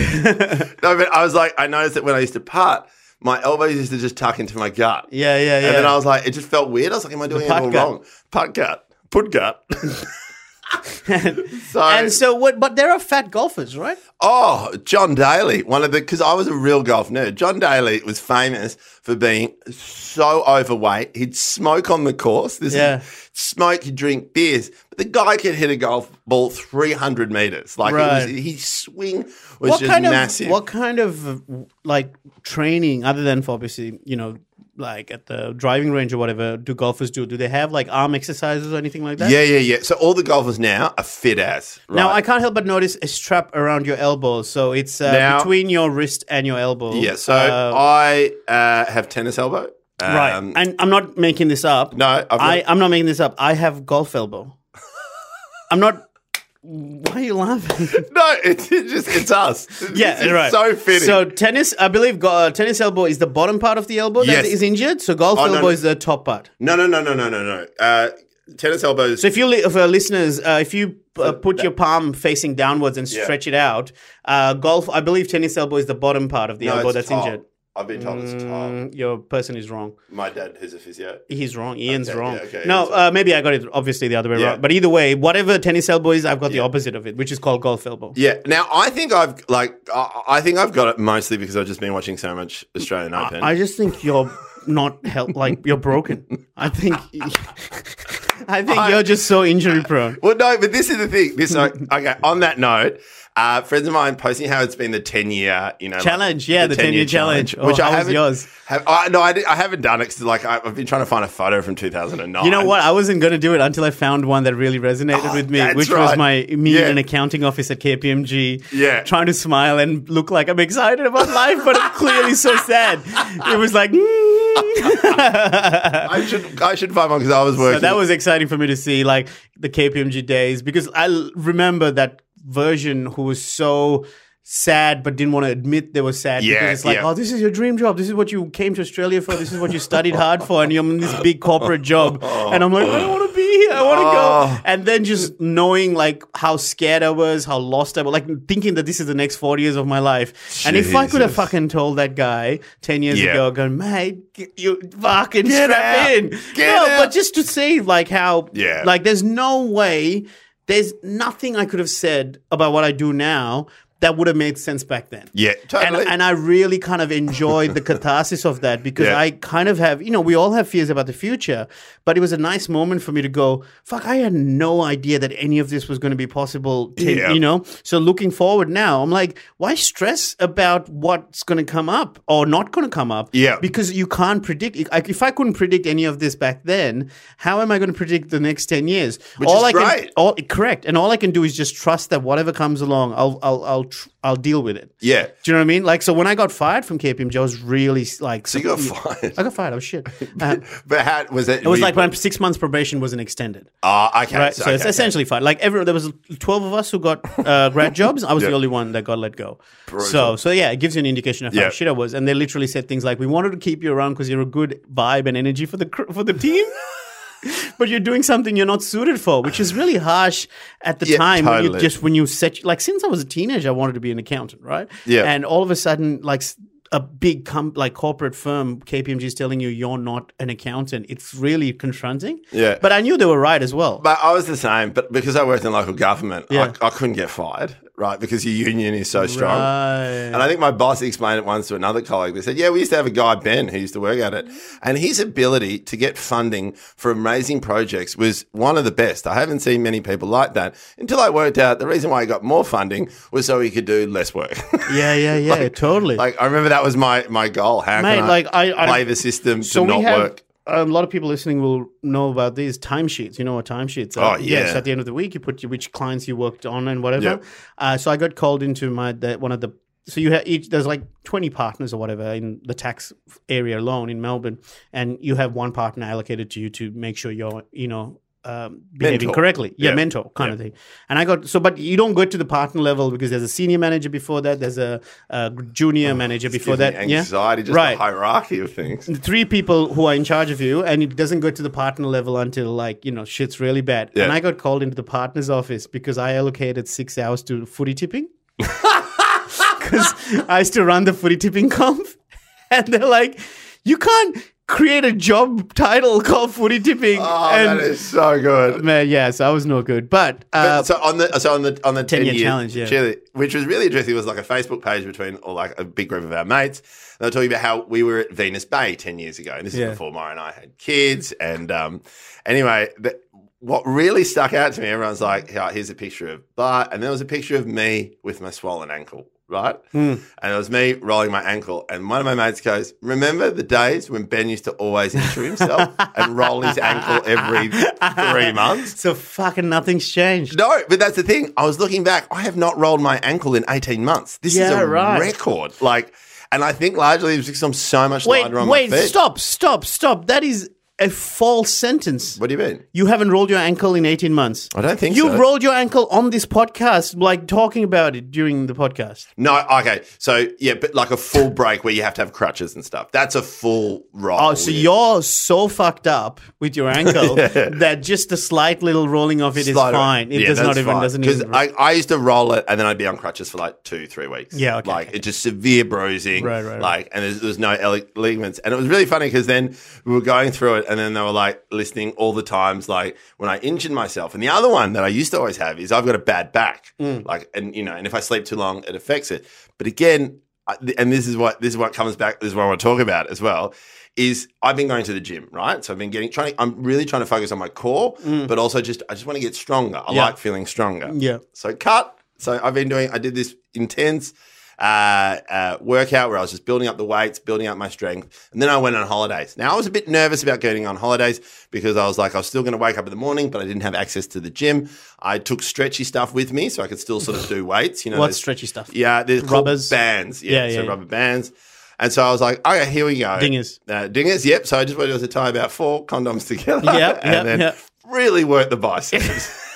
Speaker 2: no, but I was like, I noticed that when I used to putt, my elbows used to just tuck into my gut.
Speaker 3: Yeah, yeah, yeah.
Speaker 2: And then I was like, it just felt weird. I was like, am I doing it
Speaker 3: putt
Speaker 2: all
Speaker 3: gut.
Speaker 2: wrong? Putt gut, put
Speaker 3: [laughs]
Speaker 2: gut. [laughs] so,
Speaker 3: and so what? But there are fat golfers, right?
Speaker 2: Oh, John Daly, one of the because I was a real golf nerd. John Daly was famous for being so overweight. He'd smoke on the course. This
Speaker 3: Yeah.
Speaker 2: is, smoke, he'd drink beers, but the guy could hit a golf ball three hundred meters. Like
Speaker 3: Right.
Speaker 2: it was, his swing was
Speaker 3: what
Speaker 2: just
Speaker 3: kind
Speaker 2: massive.
Speaker 3: of what kind of like training other than for obviously you know like at the driving range or whatever do golfers do do they have like arm exercises or anything like that
Speaker 2: yeah, yeah, yeah. So all the golfers now are fit as. Right?
Speaker 3: now i can't help but notice a strap around your elbow so it's uh,
Speaker 2: Now-
Speaker 3: between your wrist and your elbow
Speaker 2: yeah. So
Speaker 3: Uh,
Speaker 2: I uh, have tennis elbow.
Speaker 3: right
Speaker 2: Um,
Speaker 3: and i'm not making this up
Speaker 2: no, I've got-
Speaker 3: I, i'm not making this up i have golf elbow
Speaker 2: [laughs]
Speaker 3: i'm not why are you laughing
Speaker 2: no. [laughs] It's, it's just it's us.
Speaker 3: Yeah,
Speaker 2: it's
Speaker 3: right.
Speaker 2: So fitting.
Speaker 3: So tennis, I believe, go, uh, tennis elbow is the bottom part of the elbow
Speaker 2: Yes.
Speaker 3: that is injured. So golf
Speaker 2: Oh, no, no.
Speaker 3: elbow is the top part.
Speaker 2: No, no, no, no, no, no, no. Uh, tennis elbows.
Speaker 3: So if you, li- for listeners, uh, if you uh, put your palm facing downwards and
Speaker 2: Yeah.
Speaker 3: stretch it out, uh, golf, I believe, tennis elbow is the bottom part of the
Speaker 2: No,
Speaker 3: elbow
Speaker 2: it's
Speaker 3: that's
Speaker 2: top.
Speaker 3: injured.
Speaker 2: I've been told it's top.
Speaker 3: Mm, your person is wrong.
Speaker 2: My dad, who's a physio.
Speaker 3: He's wrong. Ian's
Speaker 2: Okay,
Speaker 3: wrong.
Speaker 2: yeah, okay,
Speaker 3: no,
Speaker 2: Ian's
Speaker 3: uh, maybe I got it obviously the other way
Speaker 2: Yeah.
Speaker 3: around. But either way, whatever tennis elbow is, I've got the opposite of it, which is called golf elbow.
Speaker 2: Yeah. Now I think I've like I, I think I've got it mostly because I've just been watching so much Australian Open.
Speaker 3: I just think you're not help like you're broken. I
Speaker 2: [laughs]
Speaker 3: think I think you're just so injury prone.
Speaker 2: well, no, but this is the thing. This uh,
Speaker 3: [laughs]
Speaker 2: okay. On that note, uh, friends of mine posting how it's been the ten year you know like,
Speaker 3: Challenge, yeah, the 10-year challenge. Oh, how was
Speaker 2: haven't.
Speaker 3: yours?
Speaker 2: Have, I, no, I, did, I haven't done it because like I, I've been trying to find a photo from two thousand and nine.
Speaker 3: You know what? I wasn't going to do it until I found one that really resonated
Speaker 2: Oh,
Speaker 3: with me,
Speaker 2: that's
Speaker 3: which was
Speaker 2: right.
Speaker 3: my me
Speaker 2: Yeah.
Speaker 3: in an accounting office at KPMG.
Speaker 2: Yeah.
Speaker 3: trying to smile and look like I'm excited about life, but I'm clearly so sad. It was like. [laughs] mm.
Speaker 2: I should I should find one because I was working.
Speaker 3: So that was exciting for me to see, like the KPMG days, because I l- remember that version who was so sad but didn't want to admit they were sad
Speaker 2: Yeah,
Speaker 3: because it's like,
Speaker 2: yeah.
Speaker 3: oh, this is your dream job. This is what you came to Australia for. This is what you studied hard for, and you're in this big
Speaker 2: [laughs]
Speaker 3: corporate job. And I'm like, I don't want to be here. I want to
Speaker 2: Oh.
Speaker 3: go. And then just knowing like how scared I was, how lost I was, like thinking that this is the next 40 years of my life. And if I could have
Speaker 2: Jesus.
Speaker 3: fucking told that guy 10 years
Speaker 2: Yeah.
Speaker 3: ago, going, mate, get- you fucking strap
Speaker 2: out.
Speaker 3: in.
Speaker 2: Get
Speaker 3: no,
Speaker 2: out.
Speaker 3: but just to see like how
Speaker 2: Yeah.
Speaker 3: like there's no way there's nothing i could have said about what i do now that would have made sense back then.
Speaker 2: Yeah, totally.
Speaker 3: And, and I really kind of enjoyed the catharsis of that because
Speaker 2: Yeah.
Speaker 3: I kind of have, you know, we all have fears about the future, but it was a nice moment for me to go, fuck, I had no idea that any of this was going to be possible, to,
Speaker 2: Yeah.
Speaker 3: you know? So looking forward now, I'm like, why stress about what's going to come up or not going to come up?
Speaker 2: Yeah.
Speaker 3: Because you can't predict. Like, if I couldn't predict any of this back then, how am I going to predict the next 10 years?
Speaker 2: Which is
Speaker 3: I
Speaker 2: great.
Speaker 3: Can, all, correct. And all I can do is just trust that whatever comes along, I'll, I'll, I'll, tr- I'll deal with it.
Speaker 2: yeah.
Speaker 3: Do you know what I mean? Like, so when I got fired from KPMG, I was really like,
Speaker 2: So you got fired.
Speaker 3: I got fired. I
Speaker 2: [laughs]
Speaker 3: was shit. Uh,
Speaker 2: But how was it?
Speaker 3: it was like my six months probation wasn't extended,
Speaker 2: Oh, okay.
Speaker 3: right? So, it's
Speaker 2: okay,
Speaker 3: essentially fired. Like everyone, there was twelve of us who got
Speaker 2: [laughs]
Speaker 3: uh, grad jobs. I was
Speaker 2: Yeah.
Speaker 3: the only one that got let go. So,
Speaker 2: Brutal.
Speaker 3: so yeah, it gives you an indication of how
Speaker 2: Yeah.
Speaker 3: shit I was. And they literally said things like, "We wanted to keep you around because you're a good vibe and energy for the cr- for
Speaker 2: [laughs]
Speaker 3: the team." But you're doing something you're not suited for, which is really harsh at the
Speaker 2: Yeah,
Speaker 3: time. When
Speaker 2: totally.
Speaker 3: you just when you set like since I was a teenager, I wanted to be an accountant, right?
Speaker 2: Yeah.
Speaker 3: And all of a sudden, like s- a big com- like corporate firm, KPMG is telling you you're not an accountant. It's really confronting.
Speaker 2: Yeah.
Speaker 3: But I knew they were right as well.
Speaker 2: But I was the same, but because I worked in local government,
Speaker 3: Yeah.
Speaker 2: I, I couldn't get fired, right? Because your union is so strong.
Speaker 3: Right.
Speaker 2: And I think my boss explained it once to another colleague. They said, Yeah, we used to have a guy, Ben, who used to work at it. And his ability to get funding for amazing projects was one of the best. I haven't seen many people like that until I worked out the reason why he got more funding was so he could do less work. [laughs]
Speaker 3: yeah, yeah, yeah, totally.
Speaker 2: like, I remember that was my, my goal. How
Speaker 3: Mate,
Speaker 2: can I,
Speaker 3: like, I- I-
Speaker 2: play the system to not work?
Speaker 3: A lot of people listening will know about these timesheets. You know what timesheets are?
Speaker 2: Oh,
Speaker 3: Yes,
Speaker 2: yeah.
Speaker 3: at the end of the week, you put your- which clients you worked on and whatever.
Speaker 2: Yeah.
Speaker 3: Uh, so I got called into my the, one of the. So you have each there's like 20 partners or whatever in the tax area alone in Melbourne, and you have one partner allocated to you to make sure you're you know. Um, behaving
Speaker 2: Mentor.
Speaker 3: correctly, yeah,
Speaker 2: Yeah.
Speaker 3: mentor kind of thing. And I got so, but you don't go to the partner level because there's a senior manager before that, there's a, uh junior manager before
Speaker 2: Gives Oh, me
Speaker 3: that.
Speaker 2: anxiety,
Speaker 3: yeah,
Speaker 2: just the hierarchy of
Speaker 3: [laughs]
Speaker 2: things.
Speaker 3: three people who are in charge of you, and it doesn't go to the partner level until like you know shit's really bad.
Speaker 2: Yeah.
Speaker 3: And I got called into the partner's office because I allocated six hours to footy tipping
Speaker 2: [laughs]
Speaker 3: because I used to run the footy tipping comp, [laughs] and they're like, you can't create a job title called footy tipping.
Speaker 2: Oh,
Speaker 3: and
Speaker 2: that is so good.
Speaker 3: man, yeah, so I was no good, but. Uh,
Speaker 2: But so on the so on the on the ten
Speaker 3: 10
Speaker 2: year
Speaker 3: year challenge, yeah.
Speaker 2: which was really interesting. It was like a Facebook page between or like a big group of our mates. And they were talking about how we were at Venus Bay ten years ago, and this
Speaker 3: Yeah.
Speaker 2: is before Mara and I had kids. And um, anyway, the, what really stuck out to me, everyone's like, "Oh, "Here's a picture of Bart," and there was a picture of me with my swollen ankle. Right,
Speaker 3: Hmm.
Speaker 2: and it was me rolling my ankle, and one of my mates goes, "Remember the days when Ben used to always injure
Speaker 3: [laughs]
Speaker 2: himself and roll his ankle every three months?"
Speaker 3: so fucking nothing's changed.
Speaker 2: No, but that's the thing. I was looking back. I have not rolled my ankle in 18 months. This is
Speaker 3: Yeah,
Speaker 2: a
Speaker 3: right.
Speaker 2: record. Like, and I think largely it's because I'm so much
Speaker 3: wait,
Speaker 2: lighter on
Speaker 3: wait,
Speaker 2: my feet.
Speaker 3: stop, stop, stop. That is a false sentence.
Speaker 2: What do you mean?
Speaker 3: You haven't rolled your ankle in 18 months.
Speaker 2: I don't think
Speaker 3: You've
Speaker 2: so.
Speaker 3: rolled your ankle on this podcast, like talking about it during the podcast.
Speaker 2: No, okay. So, yeah, but like a full break where you have to have crutches and stuff. That's a full roll.
Speaker 3: Oh, so
Speaker 2: yeah.
Speaker 3: you're so fucked up with your
Speaker 2: [laughs]
Speaker 3: ankle that just a slight little rolling of it is
Speaker 2: Slight-
Speaker 3: fine. It
Speaker 2: yeah,
Speaker 3: does
Speaker 2: that's
Speaker 3: not even
Speaker 2: fine.
Speaker 3: doesn't
Speaker 2: 'Cause
Speaker 3: even.
Speaker 2: I, I used to roll it and then I'd be on crutches for like two, three weeks.
Speaker 3: Yeah, okay,
Speaker 2: Like
Speaker 3: okay.
Speaker 2: it's just severe bruising.
Speaker 3: Right, right, right.
Speaker 2: Like and there's, there was no ele- ligaments, and it was really funny because then we were going through it, and then they were like listening all the times, like when I injured myself. And the other one that I used to always have is I've got a bad back,
Speaker 3: Mm.
Speaker 2: like and you know, and if I sleep too long, it affects it. But again. I- th- And this is what this is what comes back. This is what I want to talk about as well. Is I've been going to the gym, right? So I've been getting trying. I'm really trying to focus on my core, but also just I just want to get stronger. I
Speaker 3: Mm. Yeah.
Speaker 2: like feeling stronger.
Speaker 3: Yeah.
Speaker 2: So cut. So I've been doing. I did this intense uh, uh, workout where I was just building up the weights, building up my strength, and then I went on holidays. Now I was a bit nervous about going on holidays because I was like, I was still going to wake up in the morning, but I didn't have access to the gym. I took stretchy stuff with me, so I could still sort of
Speaker 3: [sighs]
Speaker 2: do weights. You know,
Speaker 3: What's
Speaker 2: those-
Speaker 3: stretchy stuff?
Speaker 2: Yeah, there's
Speaker 3: Rubbers?
Speaker 2: rubbers bands. Yeah,
Speaker 3: Yeah,
Speaker 2: so
Speaker 3: yeah, yeah.
Speaker 2: rubber bands. And so I was like, okay, here we go.
Speaker 3: Dingers.
Speaker 2: Uh, dingers, yep. So I just wanted to tie about four condoms [laughs] together.
Speaker 3: Yep,
Speaker 2: and
Speaker 3: yep,
Speaker 2: then
Speaker 3: yep.
Speaker 2: really work the
Speaker 3: [laughs]
Speaker 2: biceps. [laughs]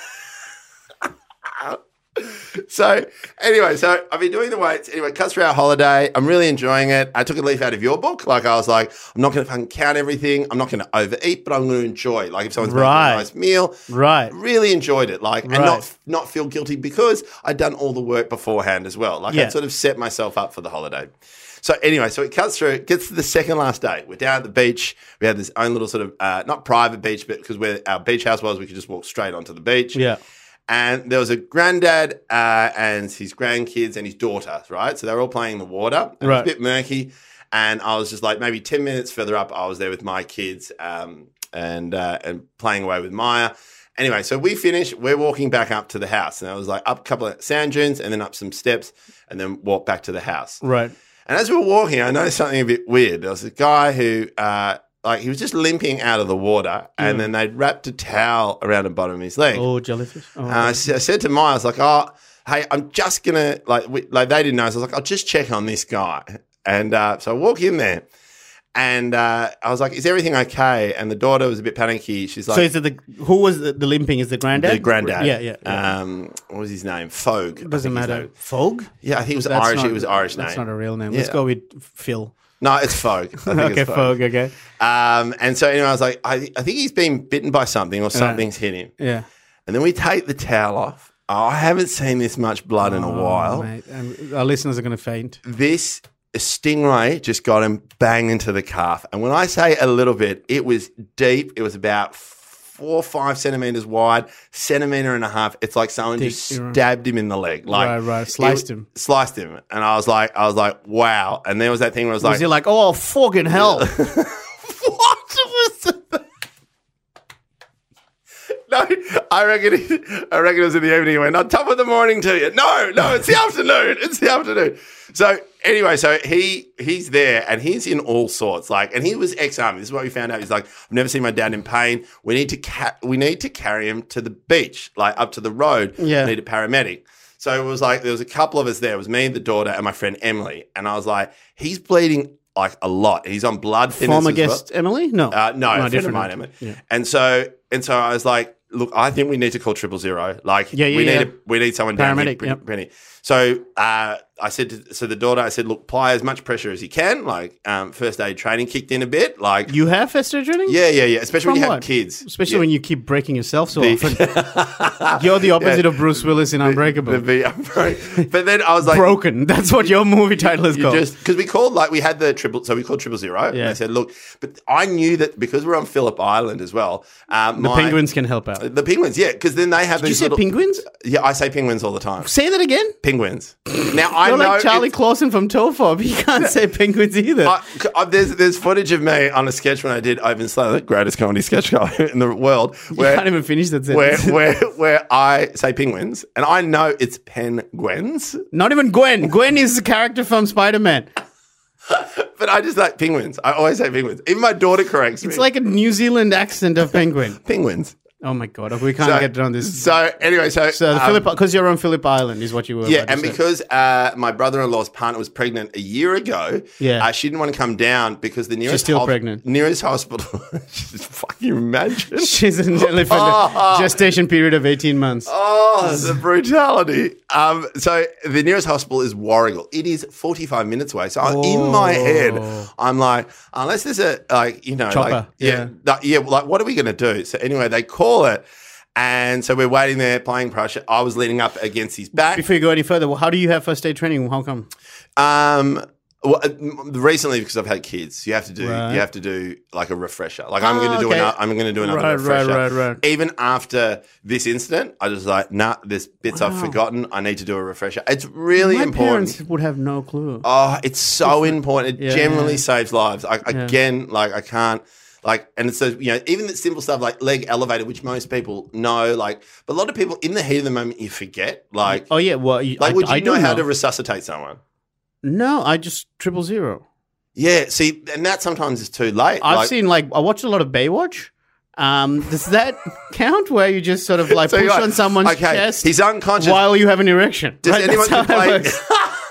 Speaker 2: So anyway, so I've been doing the weights. Anyway, cut through our holiday. I'm really enjoying it. I took a leaf out of your book. Like I was like, I'm not going to fucking count everything. I'm not going to overeat, but I'm going to enjoy. Like if someone's
Speaker 3: Right.
Speaker 2: making a nice meal,
Speaker 3: Right.
Speaker 2: Really enjoyed it. Like and
Speaker 3: Right.
Speaker 2: not not feel guilty because I'd done all the work beforehand as well. Like
Speaker 3: Yeah.
Speaker 2: I'd sort of set myself up for the holiday. So anyway, so it cuts through. It gets to the second last day. We're down at the beach. We had this own little sort of uh, not private beach, but because where our beach house was, we could just walk straight onto the beach.
Speaker 3: Yeah.
Speaker 2: And there was a granddad uh, and his grandkids and his daughter, right? So they were all playing in the water. It was a
Speaker 3: Right.
Speaker 2: bit murky. And I was just like, maybe 10 minutes further up, I was there with my kids um, and, uh, and playing away with Maya. Anyway, so we finished. We're walking back up to the house. And I was like up a couple of sand dunes and then up some steps and then walk back to the house.
Speaker 3: Right.
Speaker 2: And as we were walking, I noticed something a bit weird. There was a guy who, uh, like, he was just limping out of the water,
Speaker 3: Mm.
Speaker 2: and then they'd wrapped a towel around the bottom of his leg.
Speaker 3: Oh, jellyfish. Oh,
Speaker 2: And I, s- I said to Miles, like, oh, hey, I'm just gonna like, we, like they didn't know. So I was like, I'll just check on this guy. And uh, so I walk in there, and uh, I was like, is everything okay? And the daughter was a bit panicky. She's like,
Speaker 3: so is it the who was the, the limping? Is the granddad?
Speaker 2: the granddad.
Speaker 3: Yeah, yeah. yeah.
Speaker 2: Um, what was his name? Fogg. I
Speaker 3: Doesn't
Speaker 2: think his
Speaker 3: matter.
Speaker 2: name-
Speaker 3: Fog.
Speaker 2: Yeah, I think it was
Speaker 3: That's
Speaker 2: Irish.
Speaker 3: not-
Speaker 2: it was Irish
Speaker 3: That's
Speaker 2: name.
Speaker 3: not a real name. Let's
Speaker 2: Yeah.
Speaker 3: go with Phil.
Speaker 2: no, it's Fogg. [laughs] I think it's
Speaker 3: [laughs] Okay,
Speaker 2: Fogg.
Speaker 3: Fog. Okay.
Speaker 2: Um, and so anyway, I was like, I, I think he's been bitten by something or something's hit him.
Speaker 3: Yeah.
Speaker 2: And then we take the towel off. Oh, I haven't seen this much blood in a
Speaker 3: Oh,
Speaker 2: while.
Speaker 3: Mate, um, our listeners are going to faint.
Speaker 2: This stingray just got him bang into the calf. And when I say a little bit, it was deep. It was about four or five centimeters wide, centimeter and a half. It's like someone just
Speaker 3: Deep, right.
Speaker 2: stabbed him in the leg. Like
Speaker 3: Right, right. Sliced
Speaker 2: it-
Speaker 3: him.
Speaker 2: Sliced him. And I was like, I was like, wow. And there was that thing where I was like,
Speaker 3: Was he like, oh,
Speaker 2: [laughs]
Speaker 3: fucking hell?
Speaker 2: What was that? [laughs] No, I reckon. I reckon it was in the evening. He went, "No, top of the morning to you." No, no, it's the afternoon. It's the afternoon. So anyway, so he he's there and he's in all sorts. Like, and he was ex-army. This is what we found out. He's like, "I've never seen my dad in pain. We need to ca- we need to carry him to the beach, like up to the road.
Speaker 3: Yeah.
Speaker 2: We need a paramedic." So it was like there was a couple of us there. It was me, the daughter, and my friend Emily. And I was like, "He's bleeding." Like a lot. He's on blood thinners.
Speaker 3: Former
Speaker 2: as well.
Speaker 3: guest Emily? No.
Speaker 2: Uh, no, a friend
Speaker 3: different.
Speaker 2: of mine, Emmett.
Speaker 3: Yeah.
Speaker 2: And so and so I was like, look, I think we need to call triple zero. Like
Speaker 3: Yeah, yeah,
Speaker 2: we need
Speaker 3: yeah.
Speaker 2: a, we need someone down here
Speaker 3: Paramedic,
Speaker 2: pretty-
Speaker 3: yep.
Speaker 2: pretty. So uh, I said to so the daughter, I said, look, apply as much pressure as you can. Like um, first aid training kicked in a bit. Like
Speaker 3: You have first aid training?
Speaker 2: yeah, yeah, yeah. Especially when
Speaker 3: From
Speaker 2: you
Speaker 3: what?
Speaker 2: have kids.
Speaker 3: Especially
Speaker 2: Yeah. [laughs]
Speaker 3: when you keep breaking yourself so
Speaker 2: The-
Speaker 3: often.
Speaker 2: [laughs]
Speaker 3: You're the opposite of Bruce Willis in Unbreakable.
Speaker 2: the- the- [laughs] I'm sorry. but then I was like,
Speaker 3: Broken. [laughs] That's what your movie title is
Speaker 2: You
Speaker 3: called.
Speaker 2: just because we called like we had the triple, so we called triple zero. And
Speaker 3: Yeah.
Speaker 2: they said, look, but I knew that because we're on Phillip Island as well. Um,
Speaker 3: the penguins can help out.
Speaker 2: The penguins, yeah, because then they have Uh,
Speaker 3: you
Speaker 2: these
Speaker 3: say
Speaker 2: little-
Speaker 3: penguins?
Speaker 2: Yeah, I say penguins all the time.
Speaker 3: Say that again.
Speaker 2: Penguins. Now I
Speaker 3: You're
Speaker 2: know
Speaker 3: like Charlie
Speaker 2: it's-
Speaker 3: Clausen from Tophob. [laughs] He can't say penguins either.
Speaker 2: I, I- there's there's footage of me on a sketch when I did Open Slow, the greatest comedy sketch show [laughs] in the world,
Speaker 3: you
Speaker 2: where
Speaker 3: can't even finish that
Speaker 2: where
Speaker 3: sentence. [laughs]
Speaker 2: where where I say penguins, and I know it's penguins,
Speaker 3: Not even Gwen. Gwen is the character from Spider Man.
Speaker 2: but I just like penguins. I always say penguins. Even my daughter corrects me.
Speaker 3: It's like a New Zealand accent of penguin.
Speaker 2: penguins.
Speaker 3: Oh my god, we can't get on this.
Speaker 2: So anyway, so
Speaker 3: So the
Speaker 2: um,
Speaker 3: Philip, because you're on Phillip Island, is what you were.
Speaker 2: Yeah,
Speaker 3: about to
Speaker 2: and
Speaker 3: say.
Speaker 2: because uh, my brother-in-law's partner was pregnant a year ago,
Speaker 3: Yeah.
Speaker 2: uh, she didn't want to come down because the nearest
Speaker 3: still pregnant.
Speaker 2: nearest hospital. [laughs] just fucking imagine.
Speaker 3: [laughs] she's an elephant,
Speaker 2: [laughs] Oh.
Speaker 3: gestation period of eighteen months.
Speaker 2: Oh, the brutality! Um, so the nearest hospital is Warrigal. It is forty-five minutes away. So in my head, I'm like, unless there's a like, you know, like,
Speaker 3: Chopper,
Speaker 2: yeah,
Speaker 3: yeah.
Speaker 2: like, yeah, like what are we going to do? So anyway, they call it, and so we're waiting there playing pressure. I was leaning up against his back.
Speaker 3: Before you go any further, how do you have first aid training? How come?
Speaker 2: Um, well, uh, m- recently because I've had kids, you have to do
Speaker 3: Right.
Speaker 2: you have to do like a refresher. Like I'm
Speaker 3: Ah,
Speaker 2: going to do
Speaker 3: okay.
Speaker 2: another. I'm going to do another
Speaker 3: Right, right,
Speaker 2: refresher.
Speaker 3: right, right.
Speaker 2: Even after this incident, I just like nah. There's bits I've
Speaker 3: Wow.
Speaker 2: forgotten. I need to do a refresher. It's really
Speaker 3: My
Speaker 2: important.
Speaker 3: parents would have no clue.
Speaker 2: Oh, it's so important. It
Speaker 3: Yeah.
Speaker 2: generally saves lives. I, Again, like I can't. Like and it's so you know even the simple stuff like leg elevator, which most people know, like but a lot of people in the heat of the moment you forget. Like,
Speaker 3: oh yeah, well, you-
Speaker 2: like
Speaker 3: I,
Speaker 2: would you
Speaker 3: I
Speaker 2: know
Speaker 3: don't
Speaker 2: how to resuscitate someone?
Speaker 3: no, I just triple zero.
Speaker 2: Yeah, see, and that sometimes is too late.
Speaker 3: I've
Speaker 2: Like-
Speaker 3: seen like I watched a lot of Baywatch. Um, does that [laughs] count? Where you just sort of like
Speaker 2: So
Speaker 3: push
Speaker 2: you're like,
Speaker 3: on someone's
Speaker 2: okay,
Speaker 3: chest
Speaker 2: He's unconscious.
Speaker 3: while you have an erection?
Speaker 2: Does
Speaker 3: Right,
Speaker 2: anyone
Speaker 3: that's how it
Speaker 2: play?
Speaker 3: works,
Speaker 2: [laughs]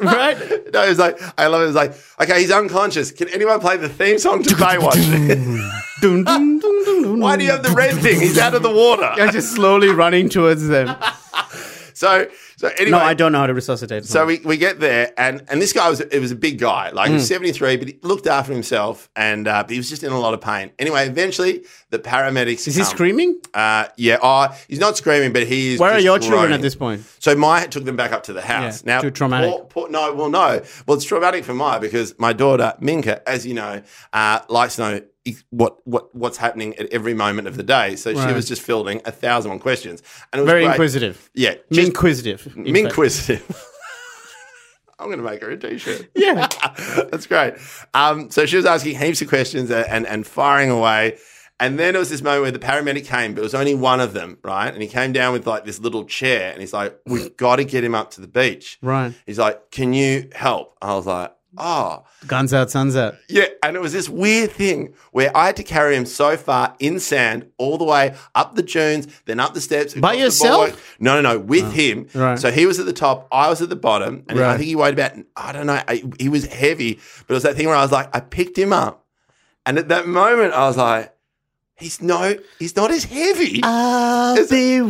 Speaker 3: right?
Speaker 2: no, it's like I love it. It's like okay, he's unconscious. Can anyone play the theme song to Baywatch?
Speaker 3: Dun, dun, dun, dun, dun.
Speaker 2: Why do you have the red thing? He's out of the
Speaker 3: I'm
Speaker 2: water.
Speaker 3: just slowly running towards them.
Speaker 2: So, so anyway.
Speaker 3: No, I don't know how to resuscitate.
Speaker 2: So
Speaker 3: So
Speaker 2: we, we get there, and, and this guy was it was a big guy, like he
Speaker 3: Mm.
Speaker 2: was seventy three, but he looked after himself, and uh, but he was just in a lot of pain. Anyway, eventually the paramedics.
Speaker 3: is he
Speaker 2: come.
Speaker 3: screaming?
Speaker 2: Uh, yeah, oh, he's not screaming, but he is.
Speaker 3: Where are
Speaker 2: just
Speaker 3: your children
Speaker 2: groaning.
Speaker 3: at this point?
Speaker 2: So Maya took them back up to the house.
Speaker 3: Yeah,
Speaker 2: now,
Speaker 3: too traumatic.
Speaker 2: poor- poor- no, well, no. Well, it's traumatic for Maya because my daughter Minka, as you know, uh, likes no ex- what what what's happening at every moment of the day. So she
Speaker 3: Right.
Speaker 2: was just fielding a thousand one questions, and it was
Speaker 3: Very
Speaker 2: great.
Speaker 3: inquisitive.
Speaker 2: Yeah,
Speaker 3: Just,
Speaker 2: just
Speaker 3: inquisitive. in fact.
Speaker 2: inquisitive. [laughs] I'm going to make her a t-shirt.
Speaker 3: Yeah.
Speaker 2: [laughs] That's great. Um, so she was asking heaps of questions and, and, and firing away. And then it was this moment where the paramedic came, but it was only one of them, right? And he came down with like this little chair and he's like, We've got to get him up to the beach.
Speaker 3: Right.
Speaker 2: He's like, Can you help? I was like, Oh,
Speaker 3: Guns out, suns out.
Speaker 2: yeah. And it was this weird thing where I had to carry him so far in sand all the way up the dunes, then up the steps. across
Speaker 3: By
Speaker 2: the
Speaker 3: yourself? Oh,
Speaker 2: boardwalk. No, no, no, with him.
Speaker 3: Right.
Speaker 2: So he was at the top, I was at the bottom. And I
Speaker 3: Right.
Speaker 2: think he weighed about, I don't know, I, he was heavy, but it was that thing where I was like, I picked him up. And at that moment, I was like, he's no, he's not as heavy.
Speaker 3: I'll
Speaker 2: It's-
Speaker 3: be
Speaker 2: Yeah,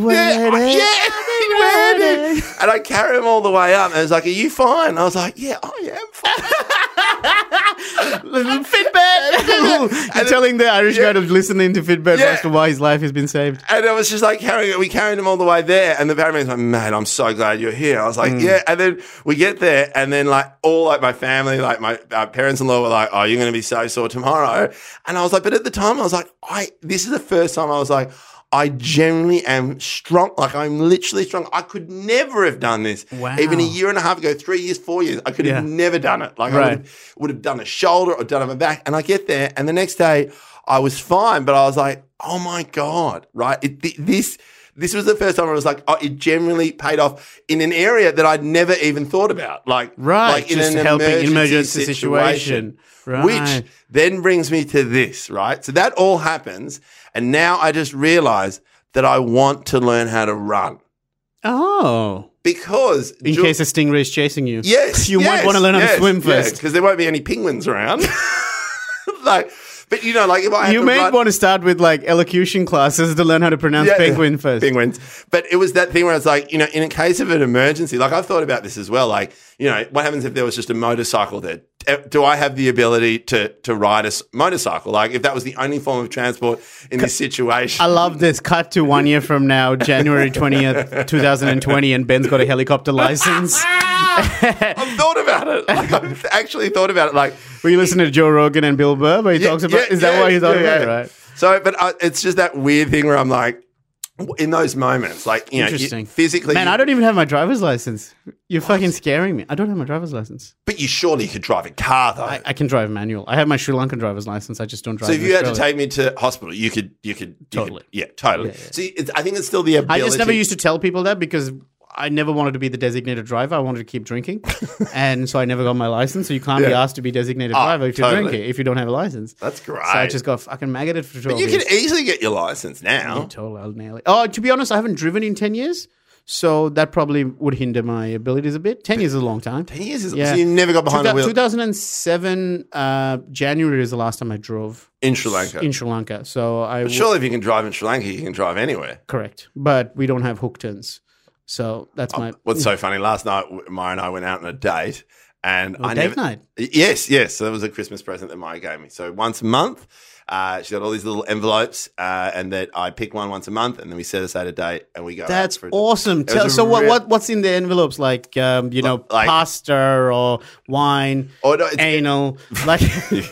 Speaker 2: [laughs]
Speaker 3: waiting.
Speaker 2: yeah, he weared it. And I carry him all the way up. And it's like, Are you fine? I was like, Yeah, I am fine.
Speaker 3: Fitbit. [laughs] You're telling the Irish guy to listen into Fitbit
Speaker 2: Yeah.
Speaker 3: as to why his life has been saved.
Speaker 2: And it was just like carrying it. We carried him all the way there. And the paramedic's like, mate, I'm so glad you're here. I was like, yeah. And then we get there. And then, like, all like my family, like my uh, parents in law were like, oh, you're going to be so sore tomorrow. And I was like, but at the time, I was like, I, this is the first time I was like, I generally am strong. Like, I'm literally strong. I could never have done this.
Speaker 3: Wow.
Speaker 2: Even a year and a half ago, three years, four years, I could have
Speaker 3: Yeah.
Speaker 2: never done it. Like, I would
Speaker 3: Right.
Speaker 2: have would have done a shoulder or done my back. And I get there, and the next day I was fine, but I was like, oh my god, right? It, th- this this was the first time I was like, oh, it generally paid off in an area that I'd never even thought about, like
Speaker 3: Right.
Speaker 2: like
Speaker 3: just helping emergency situation. Right.
Speaker 2: Which then brings me to this, right? So that all happens, and now I just realize that I want to learn how to run
Speaker 3: Oh.
Speaker 2: because
Speaker 3: In case a stingray is chasing you.
Speaker 2: Yes.
Speaker 3: [laughs] You might
Speaker 2: yes,
Speaker 3: want to learn how
Speaker 2: yes,
Speaker 3: to swim
Speaker 2: yes,
Speaker 3: first.
Speaker 2: because there won't be any penguins
Speaker 3: [laughs]
Speaker 2: around. [laughs] like, but you know, like if I had
Speaker 3: you
Speaker 2: to
Speaker 3: may
Speaker 2: run-
Speaker 3: want to start with like elocution classes to learn how to pronounce
Speaker 2: Yeah, yeah,
Speaker 3: penguin first.
Speaker 2: Penguins. But it was that thing where it's like, you know, in a case of an emergency, like I've thought about this as well. Like, you know, what happens if there was just a motorcycle there? E, Do I have the ability to to ride a s- motorcycle? Like, if that was the only form of transport in this situation?
Speaker 3: I love this. Cut to one year from now, January 20th, 2020, and Ben's got a helicopter license.
Speaker 2: [laughs] I've thought about it. Like, I've actually thought about it. Like,
Speaker 3: Were you listening to Joe Rogan and Bill Burr? Where he
Speaker 2: Yeah,
Speaker 3: talks about,
Speaker 2: yeah,
Speaker 3: is that
Speaker 2: yeah,
Speaker 3: what he's talking
Speaker 2: yeah,
Speaker 3: about?
Speaker 2: yeah.
Speaker 3: Right.
Speaker 2: So, but I, it's just that weird thing where I'm like, w- in those moments, like you know, you-
Speaker 3: Interesting.
Speaker 2: physically,
Speaker 3: Man,
Speaker 2: you-
Speaker 3: I don't even have my driver's license. You're fucking scaring me. I don't have my driver's license.
Speaker 2: But you surely could drive a car though.
Speaker 3: I, I can drive manual. I have my Sri Lankan driver's license. I just don't drive.
Speaker 2: so if
Speaker 3: in
Speaker 2: you had to
Speaker 3: Australia.
Speaker 2: take me to hospital, you could, you could you could-
Speaker 3: Totally.
Speaker 2: yeah, totally.
Speaker 3: Yeah, yeah.
Speaker 2: See, it's, I think it's still the
Speaker 3: I
Speaker 2: ability.
Speaker 3: just never used to tell people that because I never wanted to be the designated driver. I wanted to
Speaker 2: [laughs]
Speaker 3: keep drinking, and so I never got my license. So you can't be
Speaker 2: Yeah.
Speaker 3: asked to be designated
Speaker 2: Oh,
Speaker 3: driver if you're
Speaker 2: totally.
Speaker 3: drinking if you don't have a license.
Speaker 2: That's great.
Speaker 3: So I just got fucking maggoted for twelve
Speaker 2: you
Speaker 3: years.
Speaker 2: can easily get your license now.
Speaker 3: Totally, I'll nail it. Oh, to be honest, I haven't driven in ten years, so that probably would hinder my abilities a bit. Ten years is a long time.
Speaker 2: Ten years is
Speaker 3: Yeah.
Speaker 2: so you never got behind a wheel
Speaker 3: 2007 uh, January is the last time I drove
Speaker 2: in Sri Lanka.
Speaker 3: in Sri Lanka. So I w-
Speaker 2: surely, if you can drive in Sri Lanka, you can drive anywhere.
Speaker 3: correct, but we don't have hook turns. So that's my
Speaker 2: What's so funny? Last night, w- Maya and I went out on a date, and I
Speaker 3: date
Speaker 2: never,
Speaker 3: night.
Speaker 2: Yes, yes. So that was a Christmas present that Maya gave me. So once a month, uh, she got all these little envelopes, uh, and that I pick one once a month, and then we set aside a date, and we go. out
Speaker 3: That's
Speaker 2: for a-
Speaker 3: awesome. Tell,
Speaker 2: was a
Speaker 3: so what,
Speaker 2: real-
Speaker 3: what what's in the envelopes? Like um, you know,
Speaker 2: Like-
Speaker 3: pasta or wine,
Speaker 2: Oh, no, it's-
Speaker 3: anal. like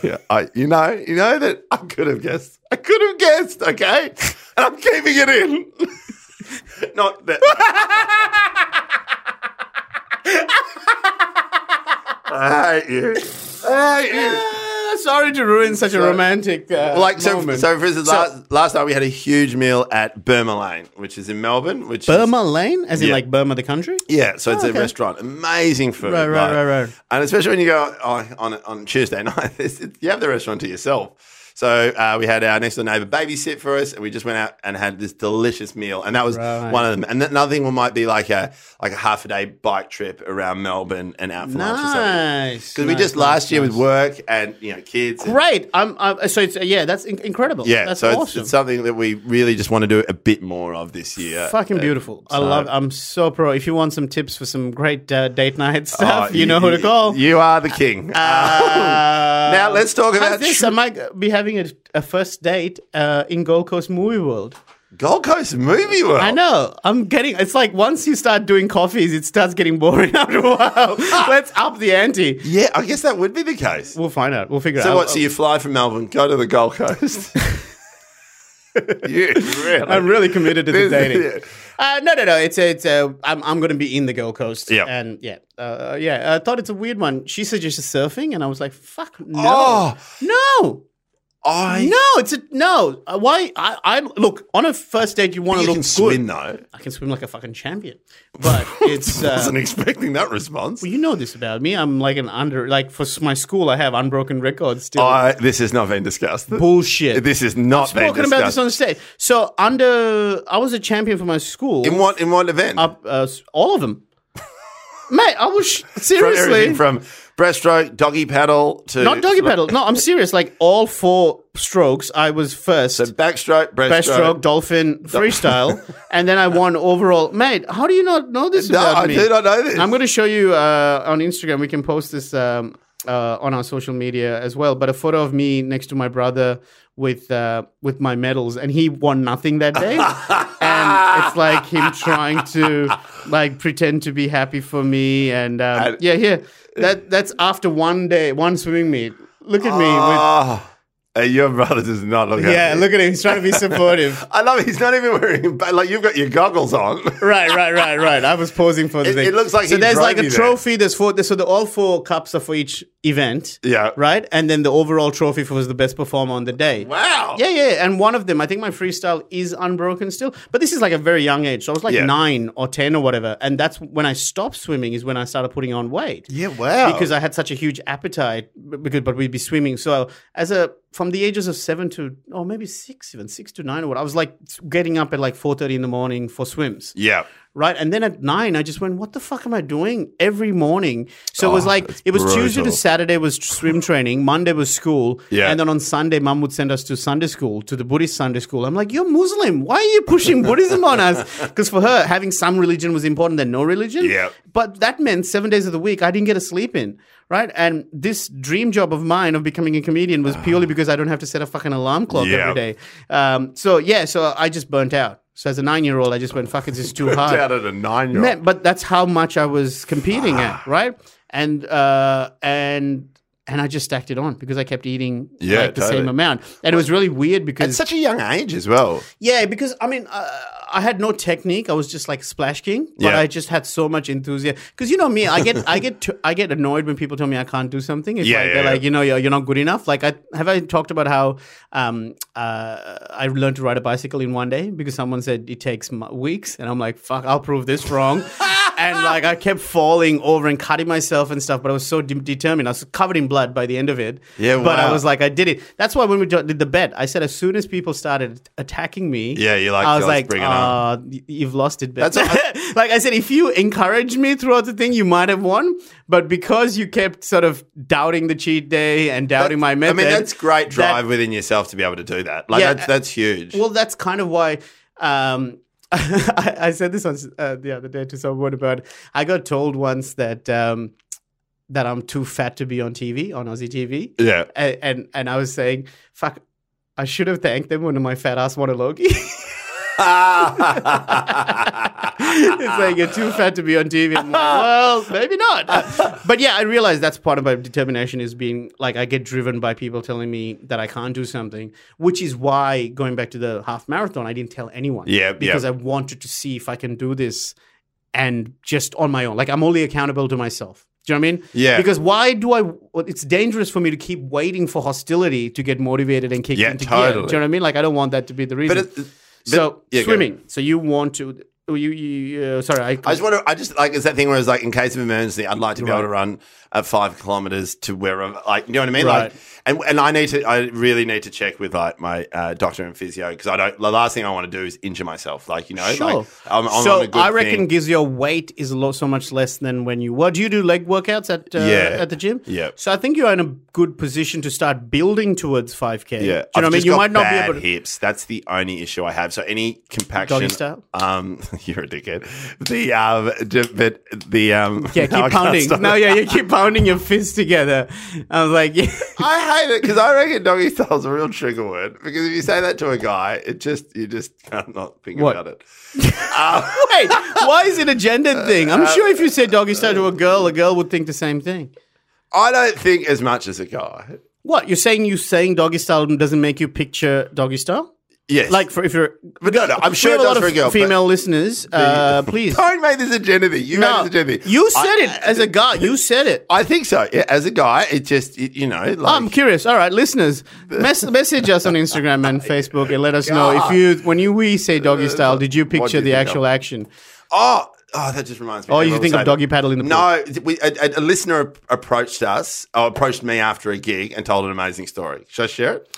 Speaker 2: [laughs]
Speaker 3: [laughs]
Speaker 2: Yeah, I, you know, you know that I could have guessed. I could have guessed. Okay, and I'm keeping it in. [laughs] Not
Speaker 3: [laughs]
Speaker 2: that. I hate you. I hate you.
Speaker 3: sorry to ruin such a romantic uh,
Speaker 2: Like so,
Speaker 3: moment.
Speaker 2: so for instance, last, last night we had a huge meal at Burma Lane, which is in Melbourne. Which is-
Speaker 3: Burma Lane, as in
Speaker 2: Yeah.
Speaker 3: like Burma the country.
Speaker 2: yeah, so it's
Speaker 3: Oh,
Speaker 2: a
Speaker 3: okay.
Speaker 2: restaurant. Amazing food.
Speaker 3: Right, right,
Speaker 2: like-
Speaker 3: right, right.
Speaker 2: And especially when you go on on, on Tuesday [laughs] night, it's, it's, you have the restaurant to yourself. So uh, we had our next door neighbor babysit for us, and we just went out and had this delicious meal, and that was
Speaker 3: Right.
Speaker 2: one of them. And another thing might be like a like a half a day bike trip around Melbourne and out for lunch or something.
Speaker 3: Nice.
Speaker 2: Because we just last year with work and you know kids. and-
Speaker 3: Right. I'm, I'm so it's yeah, that's in- incredible.
Speaker 2: yeah,
Speaker 3: that's
Speaker 2: so it's-
Speaker 3: awesome.
Speaker 2: it's, something that we really just want to do a bit more of this year.
Speaker 3: Fucking
Speaker 2: Uh,
Speaker 3: beautiful. I
Speaker 2: so-
Speaker 3: love. I'm so pro. If you want some tips for some great uh, date night [laughs]
Speaker 2: Oh,
Speaker 3: stuff, you, know who to call.
Speaker 2: You are the king.
Speaker 3: Uh,
Speaker 2: Hmm. now let's talk
Speaker 3: how's
Speaker 2: about
Speaker 3: this.
Speaker 2: tr-
Speaker 3: I might be having a, a first date uh, in Gold Coast Movie World.
Speaker 2: Gold Coast movie world.
Speaker 3: I know. I'm getting. It's like once you start doing coffees, it starts getting boring [laughs] after a while.
Speaker 2: Ah.
Speaker 3: Let's up the ante.
Speaker 2: Yeah, I guess that would be the case.
Speaker 3: We'll uh, find out. We'll figure it
Speaker 2: So
Speaker 3: out.
Speaker 2: what? So you fly from Melbourne, go to the Gold
Speaker 3: [laughs]
Speaker 2: Coast. yeah, really.
Speaker 3: I'm really committed to the
Speaker 2: This-
Speaker 3: dating.
Speaker 2: yeah.
Speaker 3: Uh, no, no, no. It's it's. Uh, I'm I'm gonna be in the Gold Coast.
Speaker 2: Yeah.
Speaker 3: and yeah, uh, yeah. I thought it's a weird one. She suggested surfing, and I was like, "Fuck no,
Speaker 2: Oh.
Speaker 3: no,
Speaker 2: I
Speaker 3: no!" It's a no. Uh, Why? I, I look on a first date. You want
Speaker 2: you
Speaker 3: to look
Speaker 2: can
Speaker 3: good.
Speaker 2: swim though.
Speaker 3: I can swim like a fucking champion,
Speaker 2: [laughs]
Speaker 3: but it's. Uh,
Speaker 2: Wasn't expecting that response.
Speaker 3: well, you know this about me. I'm like an under. Like for s- my school, I have unbroken records. Still
Speaker 2: Oh, I, this has not been discussed.
Speaker 3: bullshit.
Speaker 2: This has not been
Speaker 3: Talking
Speaker 2: discussed.
Speaker 3: about this on the stage. So under, I was a champion for my school.
Speaker 2: in what in what event?
Speaker 3: up uh, s- all
Speaker 2: [laughs]
Speaker 3: of them. Mate, I was sh-
Speaker 2: from everything
Speaker 3: seriously
Speaker 2: from breaststroke, doggy paddle to
Speaker 3: not doggy paddle. No, I'm serious. Like all four strokes, I was first.
Speaker 2: So backstroke, breaststroke.
Speaker 3: Breaststroke, dolphin,
Speaker 2: [laughs]
Speaker 3: freestyle, and then I won overall. Mate, how do you not know this
Speaker 2: No,
Speaker 3: about
Speaker 2: I
Speaker 3: me?
Speaker 2: do not know this.
Speaker 3: I'm going to show you uh, on Instagram. We can post this um, uh, on our social media as well. But a photo of me next to my brother with uh, with my medals, and he won nothing
Speaker 2: [laughs]
Speaker 3: that day. and it's like him trying to like pretend to be happy for me. And um,
Speaker 2: And-
Speaker 3: yeah, here that that's after one day, one swimming meet. Look at me. With,
Speaker 2: Ah, uh, your brother does not look.
Speaker 3: yeah,
Speaker 2: happy.
Speaker 3: look at him. He's trying to be
Speaker 2: [laughs]
Speaker 3: supportive.
Speaker 2: I love. it. He's not even wearing. But like you've got your goggles on. [laughs]
Speaker 3: Right, right, right, right. I was pausing for the
Speaker 2: It-
Speaker 3: thing.
Speaker 2: it looks like
Speaker 3: so.
Speaker 2: he
Speaker 3: There's
Speaker 2: drove
Speaker 3: like a
Speaker 2: you there.
Speaker 3: trophy. There's four. So the all four cups are for each event.
Speaker 2: Yeah.
Speaker 3: Right, and then the overall trophy for was the best performer on the day.
Speaker 2: Wow.
Speaker 3: Yeah, yeah, and one of them, I think my freestyle is unbroken still, but this is like a very young age. So I was like
Speaker 2: Yeah.
Speaker 3: nine or ten or whatever, and that's when I stopped swimming. Is when I started putting on weight.
Speaker 2: Yeah. Wow.
Speaker 3: Because I had such a huge appetite, b- because but we'd be swimming. So as a from the ages of seven to or maybe six, even six to nine or what, I was like getting up at like four thirty in the morning for swims
Speaker 2: yeah.
Speaker 3: right? And then at nine, I just went, "What the fuck am I doing every morning?" So it was
Speaker 2: Oh,
Speaker 3: like
Speaker 2: that's
Speaker 3: it was Tuesday to
Speaker 2: brutal.
Speaker 3: Saturday was swim training, Monday was school,
Speaker 2: Yeah.
Speaker 3: and then on Sunday, Mum would send us to Sunday school to the Buddhist Sunday school. I'm like, "You're Muslim. Why are you
Speaker 2: [laughs]
Speaker 3: pushing Buddhism on us?" Because for her, having some religion was important than no religion.
Speaker 2: Yeah.
Speaker 3: But that meant seven days of the week, I didn't get a sleep in. Right, and this dream job of mine of becoming a comedian was purely because I don't have to set a fucking alarm clock
Speaker 2: Ah. Yeah.
Speaker 3: every day. Um, so yeah, so I just burnt out. So as a nine-year-old, I just went, "Fuck, it's just
Speaker 2: [laughs]
Speaker 3: too hard."
Speaker 2: Out at a nine-year-old.
Speaker 3: Man, but that's how much I was competing at, right? And uh, and and I just stacked it on because I kept eating
Speaker 2: Yeah,
Speaker 3: like the same
Speaker 2: totally.
Speaker 3: amount, and it was really weird
Speaker 2: At
Speaker 3: because
Speaker 2: such a young age as well.
Speaker 3: yeah, because I mean uh, I had no technique, I was just like splash king, but
Speaker 2: Yeah.
Speaker 3: I just had so much enthusiasm. Because you know me, I get I get to, I get annoyed when people tell me I can't do something. It's
Speaker 2: Yeah,
Speaker 3: like,
Speaker 2: yeah,
Speaker 3: they're
Speaker 2: yeah.
Speaker 3: like you know you're, you're not good enough. Like I have I talked about how um, uh, I learned to ride a bicycle in one day because someone said it takes m- weeks, and I'm like fuck, I'll prove
Speaker 2: [laughs]
Speaker 3: this wrong. And like I kept falling over and cutting myself and stuff, but I was so de- determined. I was covered in blood by the end of it.
Speaker 2: Yeah,
Speaker 3: but I
Speaker 2: wow.
Speaker 3: was like, I did it. That's why when we do- did the bet, I said as soon as people started attacking me,
Speaker 2: Yeah, you're like,
Speaker 3: I was
Speaker 2: "Let's
Speaker 3: like,
Speaker 2: bring it
Speaker 3: uh,
Speaker 2: on."
Speaker 3: y- you've lost it, bet.
Speaker 2: That's what
Speaker 3: [laughs] like I said, if you encouraged me throughout the thing, you might have won. But because you kept sort of doubting the cheat day and doubting my
Speaker 2: I
Speaker 3: method,
Speaker 2: mean, that's great
Speaker 3: that-
Speaker 2: drive within yourself to be able to do that. Like
Speaker 3: Yeah.
Speaker 2: that's that's huge.
Speaker 3: well, that's kind of why. Um, [laughs] I, I said this on uh, the other day to someone about. I got told once that um, that I'm too fat to be on TV on Aussie TV. [laughs]
Speaker 2: yeah. [laughs]
Speaker 3: and and, and I was saying, fuck, I should have thanked them when my fat ass won a Logie. [laughs] [laughs] it's like you're too fat to be on
Speaker 2: [laughs]
Speaker 3: TV. I'm like, well, maybe not. [laughs] But yeah, I realize that's part of my determination is being like I get driven by people telling me that I can't do something, which is why going back to the half marathon, I didn't tell anyone.
Speaker 2: Yeah, yeah.
Speaker 3: because I wanted to see if I can do this and just on my own. Like I'm only accountable to myself. Do you know what I mean?
Speaker 2: Yeah.
Speaker 3: Because why do I? well, It's dangerous for me to keep waiting for hostility to get motivated and kicked
Speaker 2: Yeah,
Speaker 3: into gear. Do you
Speaker 2: totally.
Speaker 3: know what I mean? Like I don't want that to be the reason.
Speaker 2: it- but-
Speaker 3: so
Speaker 2: yeah, go.
Speaker 3: swimming. So you want to? You, you, you uh, sorry, I,
Speaker 2: I just want to. I just like it's that thing where it's like, in case of emergency, I'd like to be
Speaker 3: Right.
Speaker 2: able to run at five kilometers to wherever. Like, you know what I mean? Like,
Speaker 3: Right.
Speaker 2: and and I need to. I really need to check with like my uh, doctor and physio because I don't. The last thing I want to do is injure myself. Like, you know,
Speaker 3: sure.
Speaker 2: like I'm, I'm
Speaker 3: so
Speaker 2: on a good
Speaker 3: I reckon
Speaker 2: thing.
Speaker 3: gives your weight is a lot so much less than when you were. Do you do leg workouts at uh,
Speaker 2: Yeah.
Speaker 3: at the gym?
Speaker 2: Yeah.
Speaker 3: So I think you're in a good position to start building towards five k.
Speaker 2: Yeah,
Speaker 3: Do you know what I
Speaker 2: I've
Speaker 3: mean?
Speaker 2: just
Speaker 3: You
Speaker 2: got
Speaker 3: might not be
Speaker 2: bad
Speaker 3: able to.
Speaker 2: hips. That's the only issue I have. So any compaction,
Speaker 3: Doggy style?
Speaker 2: Um, [laughs] you're a dickhead. The um, d- but the um,
Speaker 3: Yeah,
Speaker 2: [laughs] no, I
Speaker 3: [laughs] keep
Speaker 2: can't
Speaker 3: pounding.
Speaker 2: stop.
Speaker 3: No, yeah, you keep pounding your fists together. I was like, [laughs] yeah.
Speaker 2: I say that because I reckon doggy style's a real trigger word. Because if you say that to a guy, it just you just can't not think
Speaker 3: What?
Speaker 2: about it. Um,
Speaker 3: Wait, why is it a gendered thing?
Speaker 2: Uh,
Speaker 3: I'm sure if you said doggy style to a girl, a girl would think the same thing.
Speaker 2: I don't think as much as a guy.
Speaker 3: What you're saying? You saying doggy style doesn't make you picture doggy style?
Speaker 2: Yes,
Speaker 3: Like for if you're,
Speaker 2: but no, no. I'm
Speaker 3: we
Speaker 2: sure it
Speaker 3: have a
Speaker 2: does
Speaker 3: lot
Speaker 2: for a
Speaker 3: of
Speaker 2: girl. but [laughs]
Speaker 3: female listeners. Uh, please,
Speaker 2: Don't make this a gender thing. You made
Speaker 3: no,
Speaker 2: this a gender thing.
Speaker 3: you
Speaker 2: I-
Speaker 3: said it as a guy. You said it.
Speaker 2: I think so. Yeah, as a guy, it just it, you know, like
Speaker 3: I'm curious. All right, listeners,
Speaker 2: [laughs]
Speaker 3: mess- message us on Instagram and Facebook and let us know if you, when you we say doggy style, did you
Speaker 2: Uh, What do
Speaker 3: picture
Speaker 2: you
Speaker 3: the
Speaker 2: think
Speaker 3: actual action?
Speaker 2: oh, oh, that just reminds me.
Speaker 3: Or you
Speaker 2: Everyone
Speaker 3: think
Speaker 2: will
Speaker 3: of
Speaker 2: say that.
Speaker 3: doggy paddle in the pool?
Speaker 2: No, we, a, a- a listener ap- approached us, or approached me after a gig, and told an amazing story. Should I share it?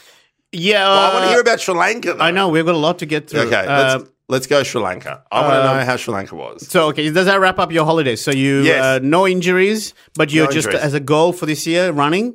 Speaker 3: Yeah,
Speaker 2: Well, I want
Speaker 3: uh,
Speaker 2: to hear about Sri Lanka. Though.
Speaker 3: I know we've got a lot to get through.
Speaker 2: Okay,
Speaker 3: Uh,
Speaker 2: let's, let's go Sri Lanka. I want to know how Sri Lanka was.
Speaker 3: so okay, does that wrap up your holidays? So you
Speaker 2: Yes.
Speaker 3: uh, no injuries, but you're just
Speaker 2: injuries.
Speaker 3: as a goal for this year running.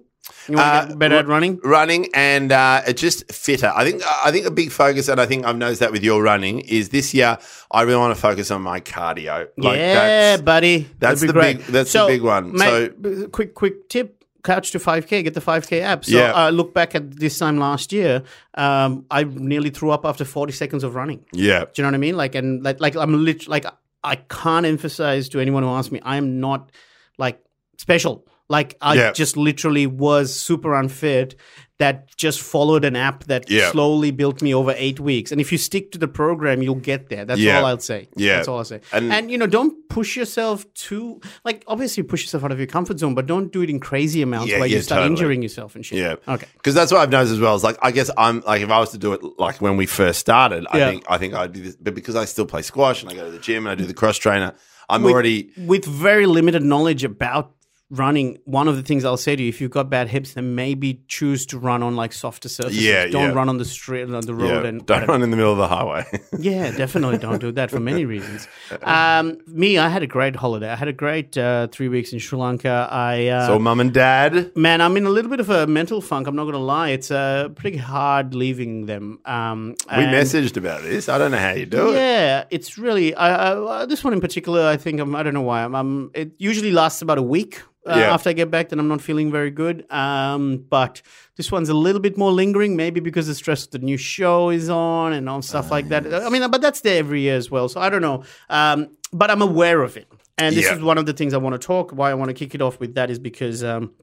Speaker 3: You want
Speaker 2: Uh,
Speaker 3: to get better at
Speaker 2: ru-
Speaker 3: running.
Speaker 2: Running and uh, it just fitter. I think I think a big focus, and I think I've noticed that with your running is this year. I really want to focus on my cardio. Like
Speaker 3: yeah,
Speaker 2: that's-
Speaker 3: buddy. That'd
Speaker 2: that's
Speaker 3: be
Speaker 2: the
Speaker 3: great.
Speaker 2: big- that's the
Speaker 3: So,
Speaker 2: big one.
Speaker 3: Mate,
Speaker 2: So-
Speaker 3: b- quick, quick tip. Couch to 5K, get the 5K app. So
Speaker 2: Yeah.
Speaker 3: I look back at this time last year. Um, I nearly threw up after 40 seconds of running.
Speaker 2: yeah.
Speaker 3: Do you know what I mean? Like, and like, like I'm lit. Like, I can't emphasize to anyone who asks me, I am not like special. Like, I
Speaker 2: Yeah.
Speaker 3: just literally was super unfit. That just followed an app that
Speaker 2: Yeah.
Speaker 3: slowly built me over eight weeks. And if you stick to the program, you'll get there. That's
Speaker 2: Yeah.
Speaker 3: all I'll say.
Speaker 2: Yeah.
Speaker 3: that's all I'll say.
Speaker 2: And-
Speaker 3: And, you know, don't push yourself too. Like, obviously, push yourself out of your comfort zone, but don't do it in crazy amounts
Speaker 2: Yeah,
Speaker 3: where
Speaker 2: yeah,
Speaker 3: you start
Speaker 2: totally.
Speaker 3: injuring yourself and shit.
Speaker 2: Yeah.
Speaker 3: Okay.
Speaker 2: Because that's what I've noticed as well. Is like I guess I'm like if I was to do it like when we first started, I
Speaker 3: Yeah.
Speaker 2: think I think I'd do this. But because I still play squash and I go to the gym and I do the cross trainer, I'm already
Speaker 3: with very limited knowledge about running, one of the things I'll say to you, if you've got bad hips, then maybe choose to run on like softer surfaces.
Speaker 2: Yeah,
Speaker 3: don't
Speaker 2: yeah.
Speaker 3: run on the street on the road
Speaker 2: yeah,
Speaker 3: and
Speaker 2: don't run in the middle of the highway. [laughs]
Speaker 3: yeah, definitely don't do that for many reasons. Um, me, I had a great holiday. I had a great uh, three weeks in Sri Lanka. I uh,
Speaker 2: so mum and dad,
Speaker 3: man, I'm in a little bit of a mental funk. I'm not gonna lie, it's uh, pretty hard leaving them. Um,
Speaker 2: we
Speaker 3: and-
Speaker 2: messaged about this. I don't know how you do it.
Speaker 3: yeah, it's really I, I, uh, this one in particular. I think I'm, I don't know why. I'm, I'm. It usually lasts about a week uh,
Speaker 2: Yeah.
Speaker 3: after I get back. Then I'm not feeling very good. Um, but this one's a little bit more lingering, maybe because the stress of the new show is on and all stuff like that. I mean, but that's there every year as well. So I don't know. Um, but I'm aware of it, and this
Speaker 2: Yeah.
Speaker 3: is one of the things I want to talk. Why I want to kick it off with that is because. Um,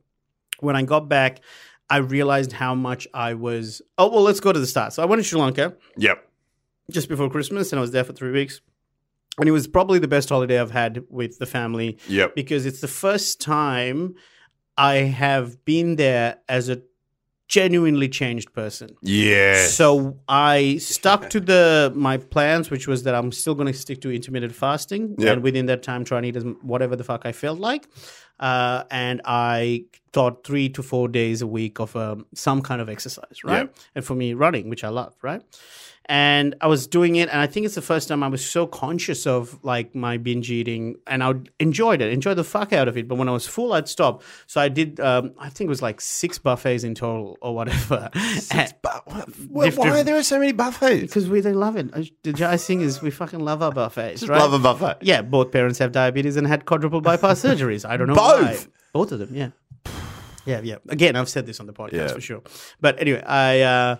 Speaker 3: when I got back, I realized how much I was. Oh, well, let's go to the start. So I went to Sri Lanka
Speaker 2: Yep.
Speaker 3: just before Christmas and I was there for three weeks. And it was probably the best holiday I've had with the family
Speaker 2: Yep.
Speaker 3: because it's the first time I have been there as a genuinely changed person.
Speaker 2: Yeah.
Speaker 3: So I stuck to the my plans, which was that I'm still going to stick to intermittent fasting,
Speaker 2: Yeah.
Speaker 3: and within that time try and eat as m- whatever the fuck I felt like. Uh, and I thought three to four days a week of um, some kind of exercise, right? And for me, running, which I love, right? And I was doing it, and I think it's the first time I was so conscious of like my binge eating, and I would- enjoyed it, enjoyed the fuck out of it. But when I was full, I'd stop. So I did, um, I think it was like six buffets in total or whatever. [laughs] And-
Speaker 2: But what, why
Speaker 3: Different-
Speaker 2: are there so many buffets?
Speaker 3: because we they love it. I- The jazz thing is we fucking love our buffets,
Speaker 2: Just
Speaker 3: right?
Speaker 2: love a buffet.
Speaker 3: yeah, both parents have diabetes and had quadruple
Speaker 2: [laughs]
Speaker 3: bypass surgeries. I don't know
Speaker 2: Both?
Speaker 3: why. Both of them, yeah. Yeah, yeah. Again, I've said this on the podcast
Speaker 2: Yeah.
Speaker 3: for sure. But anyway, I uh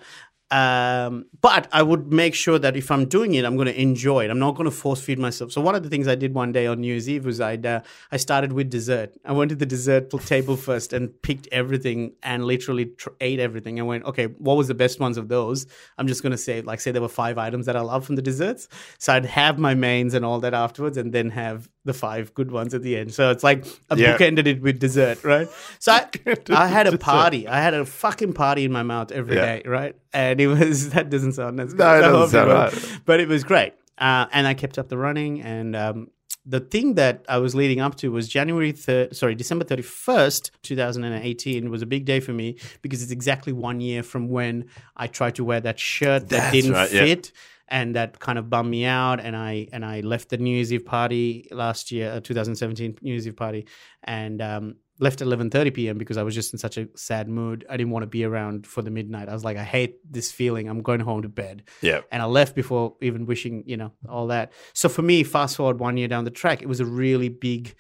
Speaker 3: um but I would make sure that if I'm doing it, I'm going to enjoy it. I'm not going to force feed myself. So one of the things I did one day on New Year's Eve was I uh, I started with dessert. I went to the dessert pl- table first and picked everything and literally tr- ate everything. I went, okay, what was the best ones of those? I'm just going to say like say there were five items that I love from the desserts. So I'd have my mains and all that afterwards and then have the five good ones at the end. So it's like a
Speaker 2: Yeah.
Speaker 3: book ended it with dessert, right? So I, I had a party. I had a fucking party in my mouth every
Speaker 2: Yeah.
Speaker 3: day, right? And it was [laughs] that doesn't sound as good.
Speaker 2: No, it
Speaker 3: as I
Speaker 2: doesn't
Speaker 3: hope
Speaker 2: sound
Speaker 3: will.
Speaker 2: right.
Speaker 3: But it was great, uh, and I kept up the running. And um, the thing that I was leading up to was January third, sorry, December thirty first, two thousand and eighteen, was a big day for me because it's exactly one year from when I tried to wear that shirt that
Speaker 2: That's
Speaker 3: didn't
Speaker 2: right, yeah.
Speaker 3: fit it, and that kind of bummed me out and i and i left the new year's eve party last year uh, 2017 new year's eve party and um left at 11:30 p.m. because i was just in such a sad mood i didn't want to be around for the midnight i was like i hate this feeling i'm going home to bed
Speaker 2: Yeah.
Speaker 3: and i left before even wishing you know all that so for me fast forward one year down the track it was a really big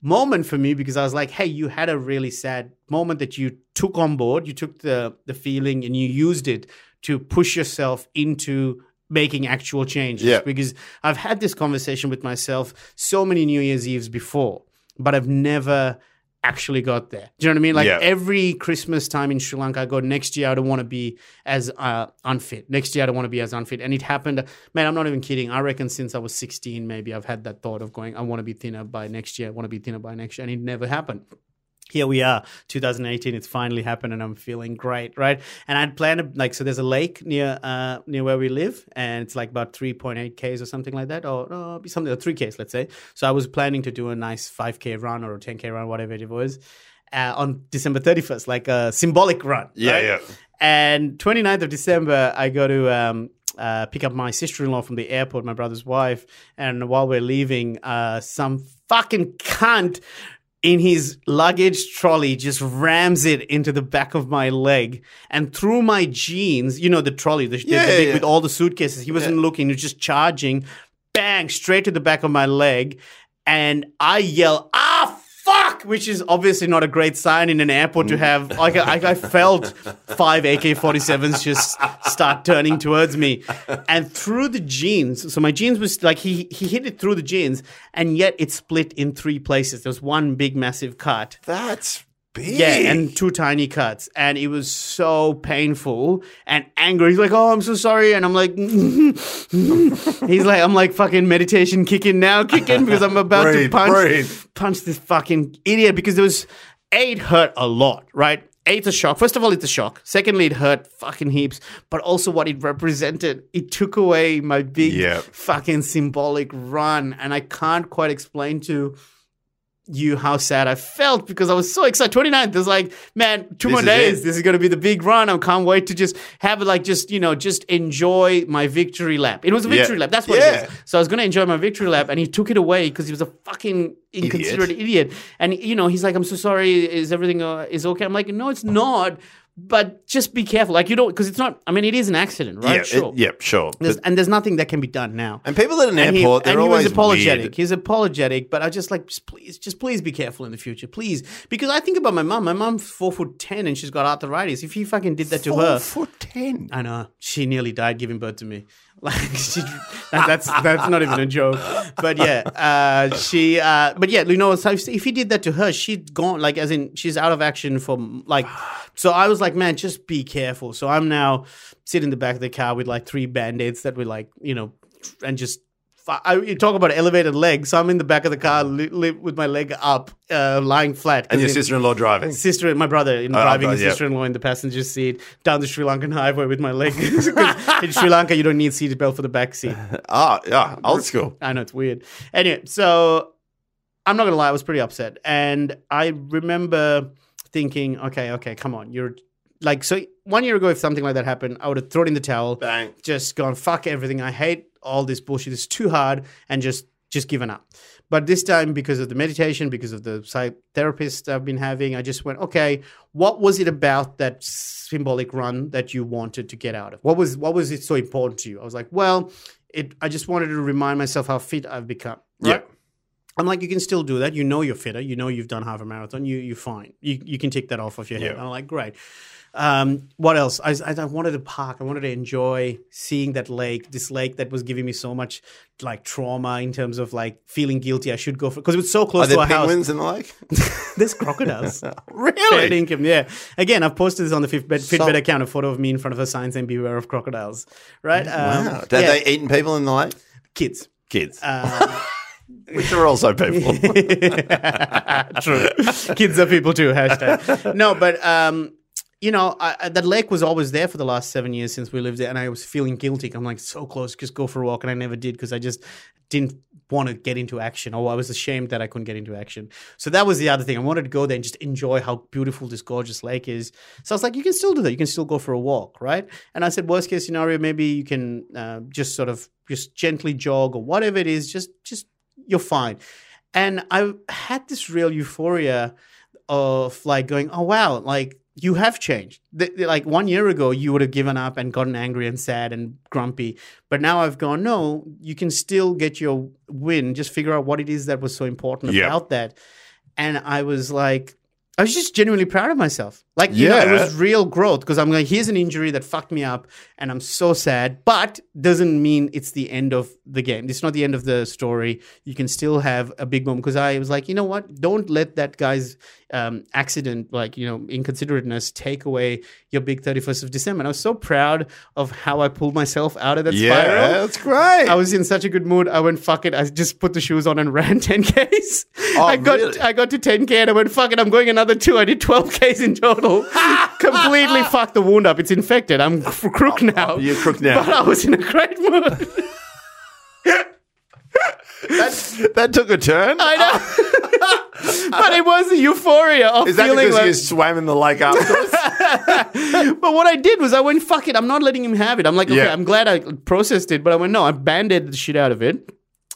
Speaker 3: moment for me because I was like, hey, you had a really sad moment that you took on board. You took the the feeling and you used it to push yourself into making actual changes.
Speaker 2: Yeah.
Speaker 3: Because I've had this conversation with myself so many New Year's Eves before, but I've never actually got there. Do you know what I mean? Like
Speaker 2: Yeah.
Speaker 3: every Christmas time in Sri Lanka, I go, next year I don't want to be as uh, unfit. Next year I don't want to be as unfit. And it happened, man, I'm not even kidding. I reckon since I was 16, maybe I've had that thought of going, I want to be thinner by next year. I want to be thinner by next year. And it never happened here we are 2018 it's finally happened and i'm feeling great right and i'd planned a- like so there's a lake near uh near where we live and it's like about 3.8 ks or something like that or uh, be something or 3 ks let's say so i was planning to do a nice 5k run or a 10k run whatever it was uh, on december 31st like a symbolic run
Speaker 2: Yeah,
Speaker 3: right?
Speaker 2: yeah.
Speaker 3: And 29th of December, I go to um, uh, pick up my sister in law from the airport, my brother's wife. And while we're leaving, uh, some fucking cunt in his luggage trolley just rams it into the back of my leg and through my jeans, you know, the trolley, the, the- the
Speaker 2: Yeah,
Speaker 3: big-
Speaker 2: yeah.
Speaker 3: with all the suitcases. He wasn't looking, he was just charging, bang, straight to the back of my leg. And I yell, ah, fuck, which is obviously not a great sign in an airport to have. Like, I, I felt five AK 47s just start turning towards me. And through the jeans, so my jeans was like, he, he hit it through the jeans, and yet it split in three places. There was one big, massive cut.
Speaker 2: That's big.
Speaker 3: Yeah, and two tiny cuts. And it was so painful and angry. He's like, Oh, I'm so sorry. And I'm like, [laughs] He's like, I'm like, fucking meditation kicking now, kicking because I'm about to
Speaker 2: Breathe,
Speaker 3: punch,
Speaker 2: breathe.
Speaker 3: punch this fucking idiot because there was eight hurt a lot, right? Eight's a shock. First of all, it's a shock. Secondly, it hurt fucking heaps. But also, what it represented, it took away my big
Speaker 2: Yeah.
Speaker 3: fucking symbolic run. And I can't quite explain to you how sad I felt because I was so excited. 29th is like, man, two
Speaker 2: This
Speaker 3: more
Speaker 2: is
Speaker 3: days.
Speaker 2: it.
Speaker 3: This is going to be the big run. I can't wait to just have it like, just, you know, just enjoy my victory lap. It was a
Speaker 2: Yeah.
Speaker 3: victory lap. That's what
Speaker 2: Yeah.
Speaker 3: it is. So I was going to enjoy my victory lap and he took it away because he was a fucking inconsiderate idiot. And, you know, he's like, I'm so sorry. Is everything uh, is okay? I'm like, no, it's not. But just be careful. Like, you don't, because it's not, I mean, it is an accident, right?
Speaker 2: Yeah,
Speaker 3: sure.
Speaker 2: it- yeah, sure.
Speaker 3: There's,
Speaker 2: But-
Speaker 3: and there's nothing that can be done now.
Speaker 2: and people at an
Speaker 3: And he-
Speaker 2: airport,
Speaker 3: and
Speaker 2: they're
Speaker 3: he,
Speaker 2: always
Speaker 3: was apologetic.
Speaker 2: weird.
Speaker 3: He's apologetic, but I just like just please, just please be careful in the future, please, because I think about my mum. My mum's four foot ten and she's got arthritis. If he fucking did that to her,
Speaker 2: Four foot ten.
Speaker 3: I know she nearly died giving birth to me. [laughs] Like she, that, that's that's not even a joke. But yeah, uh, she. Uh, but yeah, you know, so if, if he did that to her, she'd gone. Like as in, she's out of action for like. So I was like, man, just be careful. So I'm now sitting in the back of the car with like three band aids that we like, you know, and just Fu- I, you talk about elevated legs. So I'm in the back of the car li- li- with my leg up, uh, lying flat.
Speaker 2: And your
Speaker 3: 'cause it-
Speaker 2: sister-in-law driving.
Speaker 3: sister, my brother, in
Speaker 2: Oh,
Speaker 3: driving his
Speaker 2: yeah.
Speaker 3: sister-in-law in the passenger seat down the Sri Lankan highway with my leg. [laughs] 'Cause in Sri Lanka, you don't need seat belt for the back seat.
Speaker 2: Ah, yeah, old school.
Speaker 3: I know it's weird. Anyway, so I'm not gonna lie, I was pretty upset, and I remember thinking, okay, okay, come on, you're like, so one year ago, if something like that happened, I would have thrown in the towel
Speaker 2: Bang.
Speaker 3: just gone fuck everything. I hate all this bullshit. It's too hard, and just just given up. But this time, because of the meditation, because of the psychotherapist I've been having, I just went, okay, what was it about that symbolic run that you wanted to get out of? What was what was it so important to you? I was like, well, it. I just wanted to remind myself how fit I've become.
Speaker 2: Yeah.
Speaker 3: I'm like, you can still do that. You know you're fitter. You know you've done half a marathon. You you're fine. You you can take that off of your head.
Speaker 2: Yeah.
Speaker 3: I'm like, great. Um, what else? I, I I wanted to park. I wanted to enjoy seeing that lake. This lake that was giving me so much like trauma in terms of like feeling guilty. I should go for because it was so close
Speaker 2: Are
Speaker 3: to
Speaker 2: there
Speaker 3: our house. Um,
Speaker 2: penguins Oh, in the lake? [laughs]
Speaker 3: There's crocodiles. Fair dinkum, yeah. Again, I've posted this on the Fitbit, Fitbit account. A photo of me in front of a sign saying "Beware of crocodiles." Right? Um,
Speaker 2: Wow. Ah, Are
Speaker 3: yeah, Uh,
Speaker 2: they eating people in the lake?
Speaker 3: kids.
Speaker 2: Kids. [laughs] Which are also
Speaker 3: [laughs]
Speaker 2: people.
Speaker 3: True. Kids are people too. Hashtag. No, but um, you know, I, I- that lake was always there for the last seven years since we lived there, and I was feeling guilty. I'm like, so close, just go for a walk, and I never did because I just didn't want to get into action, or I was ashamed that I couldn't get into action. So that was the other thing. I wanted to go there and just enjoy how beautiful this gorgeous lake is. So I was like, you can still do that. You can still go for a walk, right? And I said, worst case scenario, maybe you can uh, just sort of just gently jog or whatever it is. Just, just you're fine. And I had this real euphoria of like going, oh wow, like you have changed. Th- th- like one year ago, you would have given up and gotten angry and sad and grumpy. But now I've gone, no, you can still get your win. Just figure out what it is that was so important
Speaker 2: Yeah.
Speaker 3: about that. and I was like, I was just genuinely proud of myself. Like, you know, it
Speaker 2: Yeah.
Speaker 3: was real growth because I'm like, here's an injury that fucked me up, and I'm so sad. But doesn't mean it's the end of the game. It's not the end of the story. You can still have a big moment because I was like, you know what? Don't let that guy's um, accident, like you know, inconsiderateness, take away your big 31st of December. And I was so proud of how I pulled myself out of that
Speaker 2: Yeah,
Speaker 3: spiral.
Speaker 2: that's great.
Speaker 3: I was in such a good mood. I went, fuck it. I just put the shoes on and ran [laughs] 10Ks. I got
Speaker 2: Oh, really?
Speaker 3: I got to 10K and I went, fuck it. I'm going another two. I did 12Ks
Speaker 2: [laughs]
Speaker 3: in total. Completely fucked the wound up. It's infected. I'm f- crook now.
Speaker 2: Oh, You're crook now.
Speaker 3: But I was in a great mood. [laughs]
Speaker 2: that, that took a turn.
Speaker 3: I
Speaker 2: [laughs]
Speaker 3: know. but it was the euphoria of
Speaker 2: Is that
Speaker 3: feeling
Speaker 2: because
Speaker 3: like.
Speaker 2: you swam in the lake afterwards?
Speaker 3: But what I did was I went, fuck it, I'm not letting him have it. I'm like, okay,
Speaker 2: Yeah.
Speaker 3: I'm glad I processed it, but I went, no, I banded the shit out of it.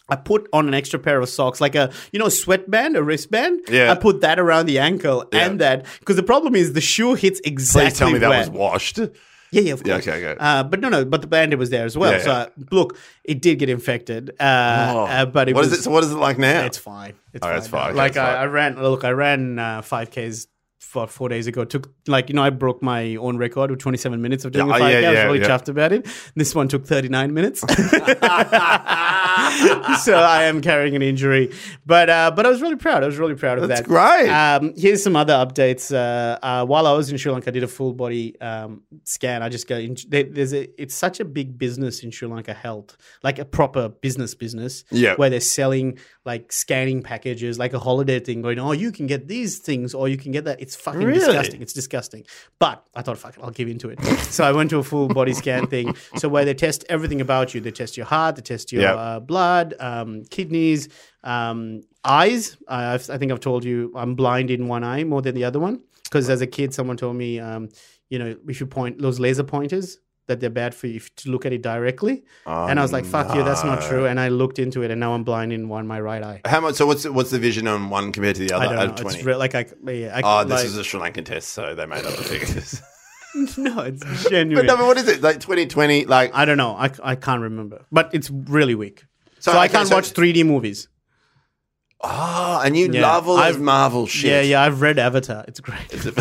Speaker 3: I put on an extra pair of socks, like a you know a sweatband, a wristband.
Speaker 2: Yeah.
Speaker 3: I put that around the ankle
Speaker 2: Yeah.
Speaker 3: and that because the problem is the shoe hits exactly. Uh,
Speaker 2: Please tell me that
Speaker 3: where-
Speaker 2: was washed.
Speaker 3: Yeah, yeah, of
Speaker 2: Yeah,
Speaker 3: course.
Speaker 2: okay, okay.
Speaker 3: Uh, but no, no, but the bandit was there as well.
Speaker 2: Yeah,
Speaker 3: so
Speaker 2: yeah.
Speaker 3: uh, look, it did get infected. Uh,
Speaker 2: Oh.
Speaker 3: uh, but it
Speaker 2: what
Speaker 3: was
Speaker 2: is it? So what is it like now?
Speaker 3: it's fine. It's
Speaker 2: Oh,
Speaker 3: fine.
Speaker 2: that's fine. Okay,
Speaker 3: Like
Speaker 2: that's
Speaker 3: I,
Speaker 2: fine.
Speaker 3: I ran. Look, I ran uh, five k's for four days ago. Took like you know I broke my own record with 27 minutes of doing
Speaker 2: Yeah,
Speaker 3: a
Speaker 2: oh,
Speaker 3: five k.
Speaker 2: yeah,
Speaker 3: I was
Speaker 2: yeah,
Speaker 3: really
Speaker 2: yeah.
Speaker 3: chuffed about it. This one took
Speaker 2: [laughs]
Speaker 3: 39 minutes. [laughs] so I am carrying an injury, but uh, but I was really proud. I was really proud of
Speaker 2: That's
Speaker 3: that.
Speaker 2: great.
Speaker 3: Um, here's some other updates. Uh, uh, while I was in Sri Lanka, I did a full body um, scan. I just go. In, there, there's a. It's such a big business in Sri Lanka health, like a proper business business.
Speaker 2: Yeah.
Speaker 3: Where they're selling like scanning packages, like a holiday thing, going, oh, you can get these things or you can get that. It's fucking
Speaker 2: Really?
Speaker 3: disgusting. It's disgusting. But I thought, fuck it, I'll give into it. [laughs] so I went to a full body scan thing. So where they test everything about you, they test your heart, they test your
Speaker 2: Yeah.
Speaker 3: uh, blood, um, kidneys, um, eyes. I, I've, I think I've told you I'm blind in one eye more than the other one because as a kid, someone told me, um, you know, if you point those laser pointers. That they're bad for you if to look at it directly, and I was like, "Fuck you, that's
Speaker 2: Ah,
Speaker 3: not true." And I looked into it, and now I'm blind in one my right eye.
Speaker 2: How much? So what's what's the vision on one compared to the other?
Speaker 3: I
Speaker 2: out
Speaker 3: don't
Speaker 2: of
Speaker 3: know. It's
Speaker 2: 20?
Speaker 3: re- like I, yeah, I
Speaker 2: Oh, this
Speaker 3: like-
Speaker 2: is a Sri Lankan test, so they made up the figures.
Speaker 3: [laughs] no, it's
Speaker 2: but
Speaker 3: genuine.
Speaker 2: no, but what is it? Like 2020, like
Speaker 3: I don't know. I, I can't remember, but it's really weak. So,
Speaker 2: So,
Speaker 3: I
Speaker 2: okay,
Speaker 3: can't
Speaker 2: so-
Speaker 3: watch 3D movies.
Speaker 2: oh, and you
Speaker 3: Yeah.
Speaker 2: love all this
Speaker 3: I've-
Speaker 2: Marvel shit.
Speaker 3: Yeah, yeah. I've read Avatar. It's great.
Speaker 2: [laughs]
Speaker 3: [laughs]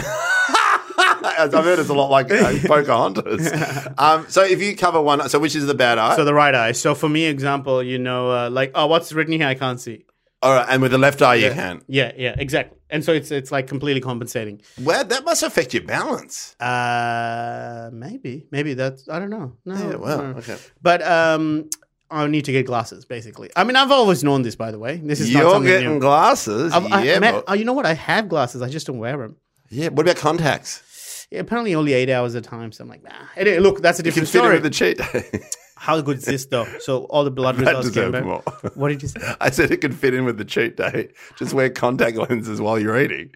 Speaker 2: I've heard it's a lot like uh,
Speaker 3: [laughs]
Speaker 2: Pocahontas. um, so if you cover one, so which is the bad eye?
Speaker 3: So the right eye. So for me, example, you know, uh, like oh, what's written here? I can't see.
Speaker 2: all right, and with the left eye, you can.
Speaker 3: Yeah, yeah, exactly. And so it's it's like completely compensating.
Speaker 2: Well, that must affect your balance.
Speaker 3: Uh, maybe, maybe that's I don't know. No,
Speaker 2: Yeah, well,
Speaker 3: no.
Speaker 2: okay.
Speaker 3: But um, I need to get glasses. Basically, I mean, I've always known this. By the way, this is not
Speaker 2: You're
Speaker 3: something
Speaker 2: getting
Speaker 3: new.
Speaker 2: glasses.
Speaker 3: I've- I,
Speaker 2: yeah,
Speaker 3: man,
Speaker 2: but-
Speaker 3: oh, you know what? I have glasses. I just don't wear them.
Speaker 2: yeah. What about contacts?
Speaker 3: apparently, only eight hours at a time. So I'm like, nah. Anyway, look, that's a
Speaker 2: You can
Speaker 3: different
Speaker 2: fit in
Speaker 3: story.
Speaker 2: with the cheat [laughs] day.
Speaker 3: How good is this though? So all the blood
Speaker 2: [laughs] that
Speaker 3: results came
Speaker 2: deserved
Speaker 3: back.
Speaker 2: more.
Speaker 3: What did you say?
Speaker 2: I said it could fit in with the cheat day. Just wear contact lenses while you're eating.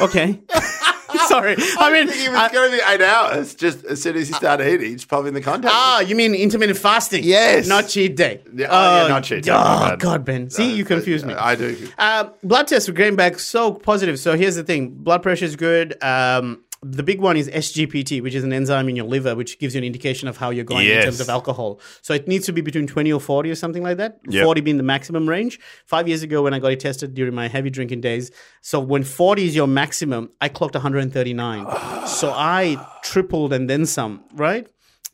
Speaker 3: Okay. [laughs]
Speaker 2: [laughs]
Speaker 3: Sorry. I mean,
Speaker 2: It was
Speaker 3: I-
Speaker 2: going to be eight hours. Just as soon as you start eating, just pop in the contact.
Speaker 3: ah, you mean intermittent fasting?
Speaker 2: Yes.
Speaker 3: Not cheat day.
Speaker 2: Yeah, oh, yeah, not cheat day, my
Speaker 3: Oh,
Speaker 2: bad.
Speaker 3: God, Ben. See, you confuse me.
Speaker 2: I do.
Speaker 3: Uh, blood tests were going back so positive. So here's the thing: blood pressure is good. Um, the big one is SGPT, which is an enzyme in your liver, which gives you an indication of how you're going in
Speaker 2: Yes.
Speaker 3: terms of alcohol. So it needs to be between 20 or 40 or something like that.
Speaker 2: Yep.
Speaker 3: 40 being the maximum range. Five years ago, when I got it tested during my heavy drinking days, so when 40 is your maximum, I clocked 139. so I tripled and then some, right?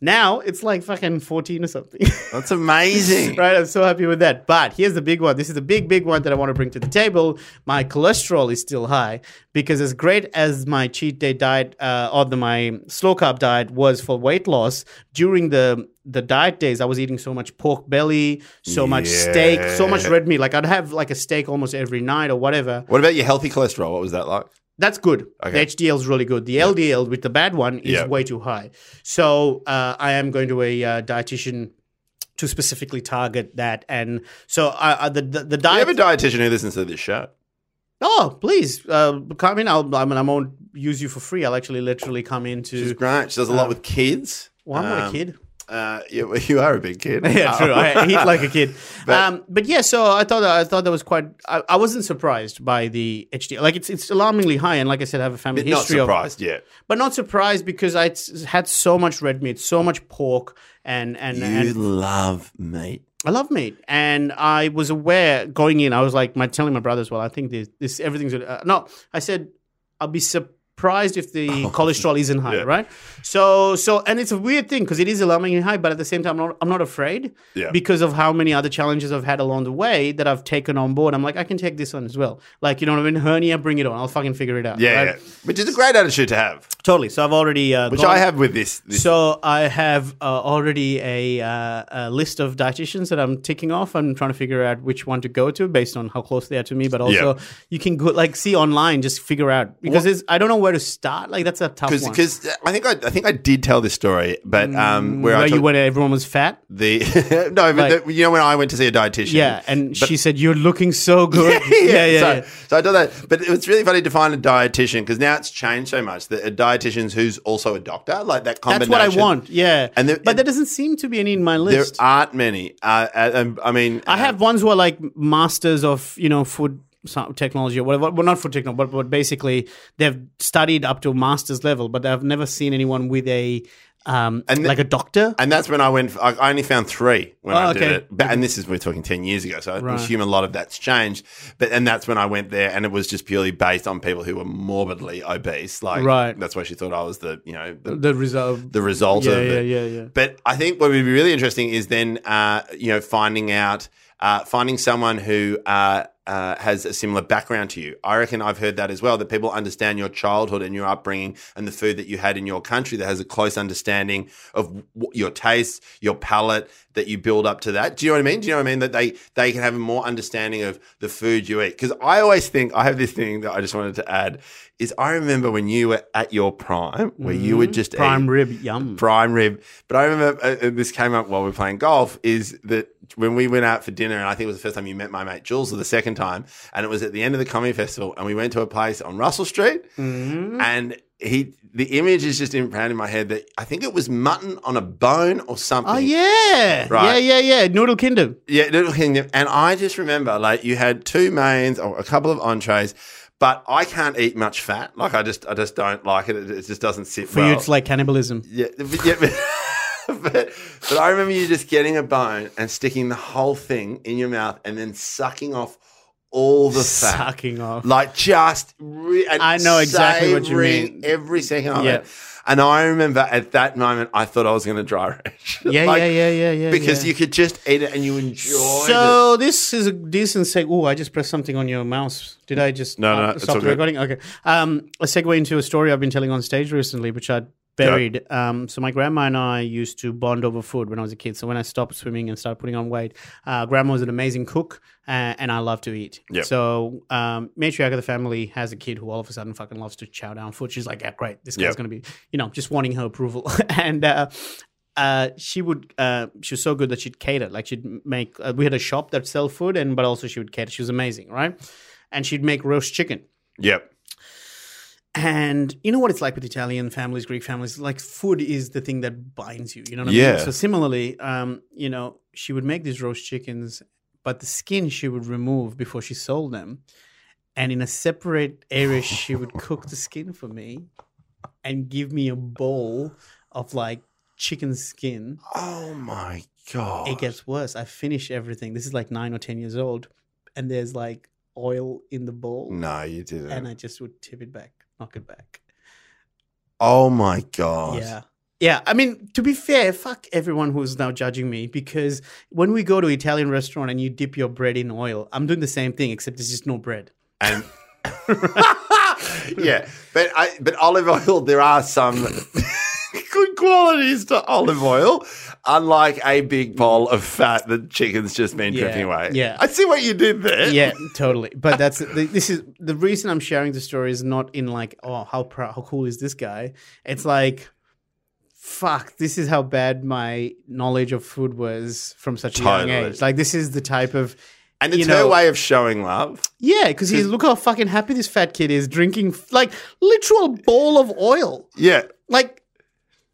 Speaker 3: Now it's like fucking 14 or something. [laughs]
Speaker 2: That's [laughs] amazing.
Speaker 3: right? I'm so happy with that. But here's the big one. This is the big, big one that I want to bring to the table. My cholesterol is still high because, as great as my cheat day diet uh, or the, my slow carb diet was for weight loss, during the the diet days, I was eating so much pork belly, so much steak, so much
Speaker 2: Yeah.
Speaker 3: red meat. Like I'd have like a steak almost every night or whatever.
Speaker 2: What about your healthy cholesterol? What was that like?
Speaker 3: That's good.
Speaker 2: Okay.
Speaker 3: The HDL is really good. The LDL with the bad one is
Speaker 2: Yeah.
Speaker 3: way too high. So uh, I am going to a uh, dietitian to specifically target that. And so uh, uh, the the, the
Speaker 2: Do you have a
Speaker 3: diet.
Speaker 2: dietitian who listens to this show?
Speaker 3: oh, please uh, come in. I'll, I mean, I won't use you for free. I'll actually literally come in
Speaker 2: She's
Speaker 3: to.
Speaker 2: great. She does a lot with kids.
Speaker 3: Um, Well, I'm not a
Speaker 2: Um, [laughs]
Speaker 3: kid.
Speaker 2: Uh, you, you are a big kid.
Speaker 3: [laughs] Yeah, true. I eat like a kid.
Speaker 2: But-
Speaker 3: um, but yeah, so I thought I thought that was quite. I, I wasn't surprised by the HDL. Like it's it's alarmingly high, and like I said, I have a family
Speaker 2: But [laughs] not
Speaker 3: history of
Speaker 2: surprised yet.
Speaker 3: but not surprised because I had so much red meat, so much pork, and and,
Speaker 2: You
Speaker 3: and
Speaker 2: love meat.
Speaker 3: I love meat, and I was aware going in. I was like, my telling my brothers, "Well, I think this, this everything's uh, no." I said, "I'll be surprised if
Speaker 2: [laughs]
Speaker 3: the cholesterol isn't high,
Speaker 2: Oh, Yeah.
Speaker 3: right?" So, so, and it's a weird thing because it is alarmingly high, but at the same time, I'm not, I'm not afraid
Speaker 2: Yeah.
Speaker 3: because of how many other challenges I've had along the way that I've taken on board. I'm like, I can take this one as well. Like, you know what I mean? Hernia, bring it on. I'll fucking figure it out.
Speaker 2: Yeah,
Speaker 3: right?
Speaker 2: yeah. which is a great attitude to have,
Speaker 3: totally. So I've already uh,
Speaker 2: which
Speaker 3: gone-
Speaker 2: I have with this. this
Speaker 3: so I have uh, already a, uh, a list of dietitians that I'm ticking off. I'm trying to figure out which one to go to based on how close they are to me. But also,
Speaker 2: Yeah.
Speaker 3: you can go, like see online, just figure out because it's, I don't know where to start. Like that's a tough one.
Speaker 2: because I think I, I think I did tell this story, but um, where
Speaker 3: where
Speaker 2: I
Speaker 3: Mm, you
Speaker 2: took
Speaker 3: when everyone was fat,
Speaker 2: the [laughs] no, but
Speaker 3: Like-
Speaker 2: the, you know when I went to see a dietitian,
Speaker 3: yeah, and
Speaker 2: But- [laughs]
Speaker 3: she said you're looking so good. yeah, yeah,
Speaker 2: so,
Speaker 3: yeah.
Speaker 2: so I do that, but it's really funny to find a dietitian because now it's changed so much that a dietitian who's also a doctor, like that
Speaker 3: That's
Speaker 2: combination.
Speaker 3: what I want. Yeah,
Speaker 2: And there-
Speaker 3: but there doesn't seem to be any in my
Speaker 2: There
Speaker 3: list.
Speaker 2: aren't many. Uh, uh, um, I mean,
Speaker 3: I have ones who are like masters of you know food so- technology or whatever. Well, not food technology, but, but basically they've studied up to master's level, but I've never seen anyone with a um
Speaker 2: And the-
Speaker 3: like a doctor.
Speaker 2: And that's when I went. I I only found three when
Speaker 3: Oh,
Speaker 2: I did
Speaker 3: okay.
Speaker 2: it. But, and this is we're talking ten years ago, so I
Speaker 3: Right.
Speaker 2: assume a lot of that's changed. But and that's when I went there, and it was just purely based on people who were morbidly obese. Like
Speaker 3: Right.
Speaker 2: that's why she thought I was the you know the,
Speaker 3: the reserve.
Speaker 2: the result
Speaker 3: yeah,
Speaker 2: of
Speaker 3: yeah,
Speaker 2: it.
Speaker 3: yeah, yeah.
Speaker 2: But I think what would be really interesting is then uh, you know finding out uh, finding someone who uh, uh, has a similar background to you. I reckon I've heard that as well that people understand your childhood and your upbringing and the food that you had in your country that has a close understanding of w- your taste, your palate that you build up to that. Do you know what I mean? Do you know what I mean that they they can have a more understanding of the food you eat because I always think I have this thing that I just wanted to add is I remember when you were at your prime where you would just eat
Speaker 3: Mm-hmm. Prime rib, yum.
Speaker 2: prime rib. But I remember uh, uh, this came up while we were playing golf is that when we went out for dinner, and I think it was the first time you met my mate Jules, or the second time, and it was at the end of the comedy festival, and we went to a place on Russell Street,
Speaker 3: Mm-hmm.
Speaker 2: and he the image is just imprinted in my head that I think it was mutton on a bone or something.
Speaker 3: Oh yeah,
Speaker 2: Right.
Speaker 3: yeah, yeah, yeah. Noodle Kingdom.
Speaker 2: Yeah, Little Kingdom. And I just remember, like, you had two mains or a couple of entrees, but I can't eat much fat. Like, I just, I just don't like it. It, it just doesn't sit
Speaker 3: For
Speaker 2: well.
Speaker 3: you, it's like cannibalism.
Speaker 2: Yeah, [laughs] but, yeah, but, but, but I remember you just getting a bone and sticking the whole thing in your mouth and then sucking off all the fat.
Speaker 3: Sucking off.
Speaker 2: Like just, re- and
Speaker 3: I know exactly what you mean.
Speaker 2: savouring Every second of
Speaker 3: Yeah.
Speaker 2: it. And I remember at that moment, I thought I was going to dry rage. [laughs]
Speaker 3: Yeah,
Speaker 2: Like,
Speaker 3: yeah, yeah, yeah, yeah.
Speaker 2: Because
Speaker 3: yeah.
Speaker 2: you could just eat it and you enjoyed it.
Speaker 3: So this is a decent seg. Oh, I just pressed something on your mouse. Did I just
Speaker 2: No, no,
Speaker 3: uh,
Speaker 2: it's all
Speaker 3: stop the
Speaker 2: good.
Speaker 3: recording? Okay. Um, a segue into a story I've been telling on stage recently, which I buried. Um, so my grandma and I used to bond over food when I was a kid. So when I stopped swimming and started putting on weight, uh, grandma was an amazing cook, uh, and I love to eat.
Speaker 2: Yep.
Speaker 3: So um, matriarch of the family has a kid who all of a sudden fucking loves to chow down food. She's like, yeah, great, this guy's
Speaker 2: Yep.
Speaker 3: gonna be, you know, just wanting her approval. [laughs] and uh, uh, she would uh, she was so good that she'd cater like she'd make uh, we had a shop that sell food and but also she would cater she was amazing right and she'd make roast chicken
Speaker 2: Yep.
Speaker 3: and you know what it's like with Italian families, Greek families. Like food is the thing that binds you. You know what I
Speaker 2: Yeah.
Speaker 3: mean. So similarly, um, you know, she would make these roast chickens, but the skin she would remove before she sold them, and in a separate area she would cook the skin for me, and give me a bowl of like chicken skin.
Speaker 2: Oh my God.
Speaker 3: It gets worse. I finish everything. This is like nine or ten years old, and there's like oil in the bowl,
Speaker 2: no, you didn't.
Speaker 3: and I just would tip it back, knock it back.
Speaker 2: oh my God.
Speaker 3: Yeah. Yeah, I mean, to be fair, fuck everyone who's now judging me because when we go to Italian restaurant and you dip your bread in oil, I'm doing the same thing except there's just no bread. [laughs]
Speaker 2: and yeah, but I, but olive oil there are some good qualities to olive oil, unlike a big bowl of fat that chicken's just been
Speaker 3: Yeah,
Speaker 2: dripping away.
Speaker 3: yeah.
Speaker 2: I see what you did there.
Speaker 3: Yeah, totally. But that's the, this is the reason I'm sharing the story is not in like, oh, how proud, how cool is this guy? It's like, fuck, this is how bad my knowledge of food was from such a young
Speaker 2: Totally.
Speaker 3: age. Like, this is the type of
Speaker 2: and it's
Speaker 3: you
Speaker 2: her
Speaker 3: know-
Speaker 2: way of showing love.
Speaker 3: yeah, because he's look how fucking happy this fat kid is drinking like literal bowl of oil.
Speaker 2: Yeah,
Speaker 3: like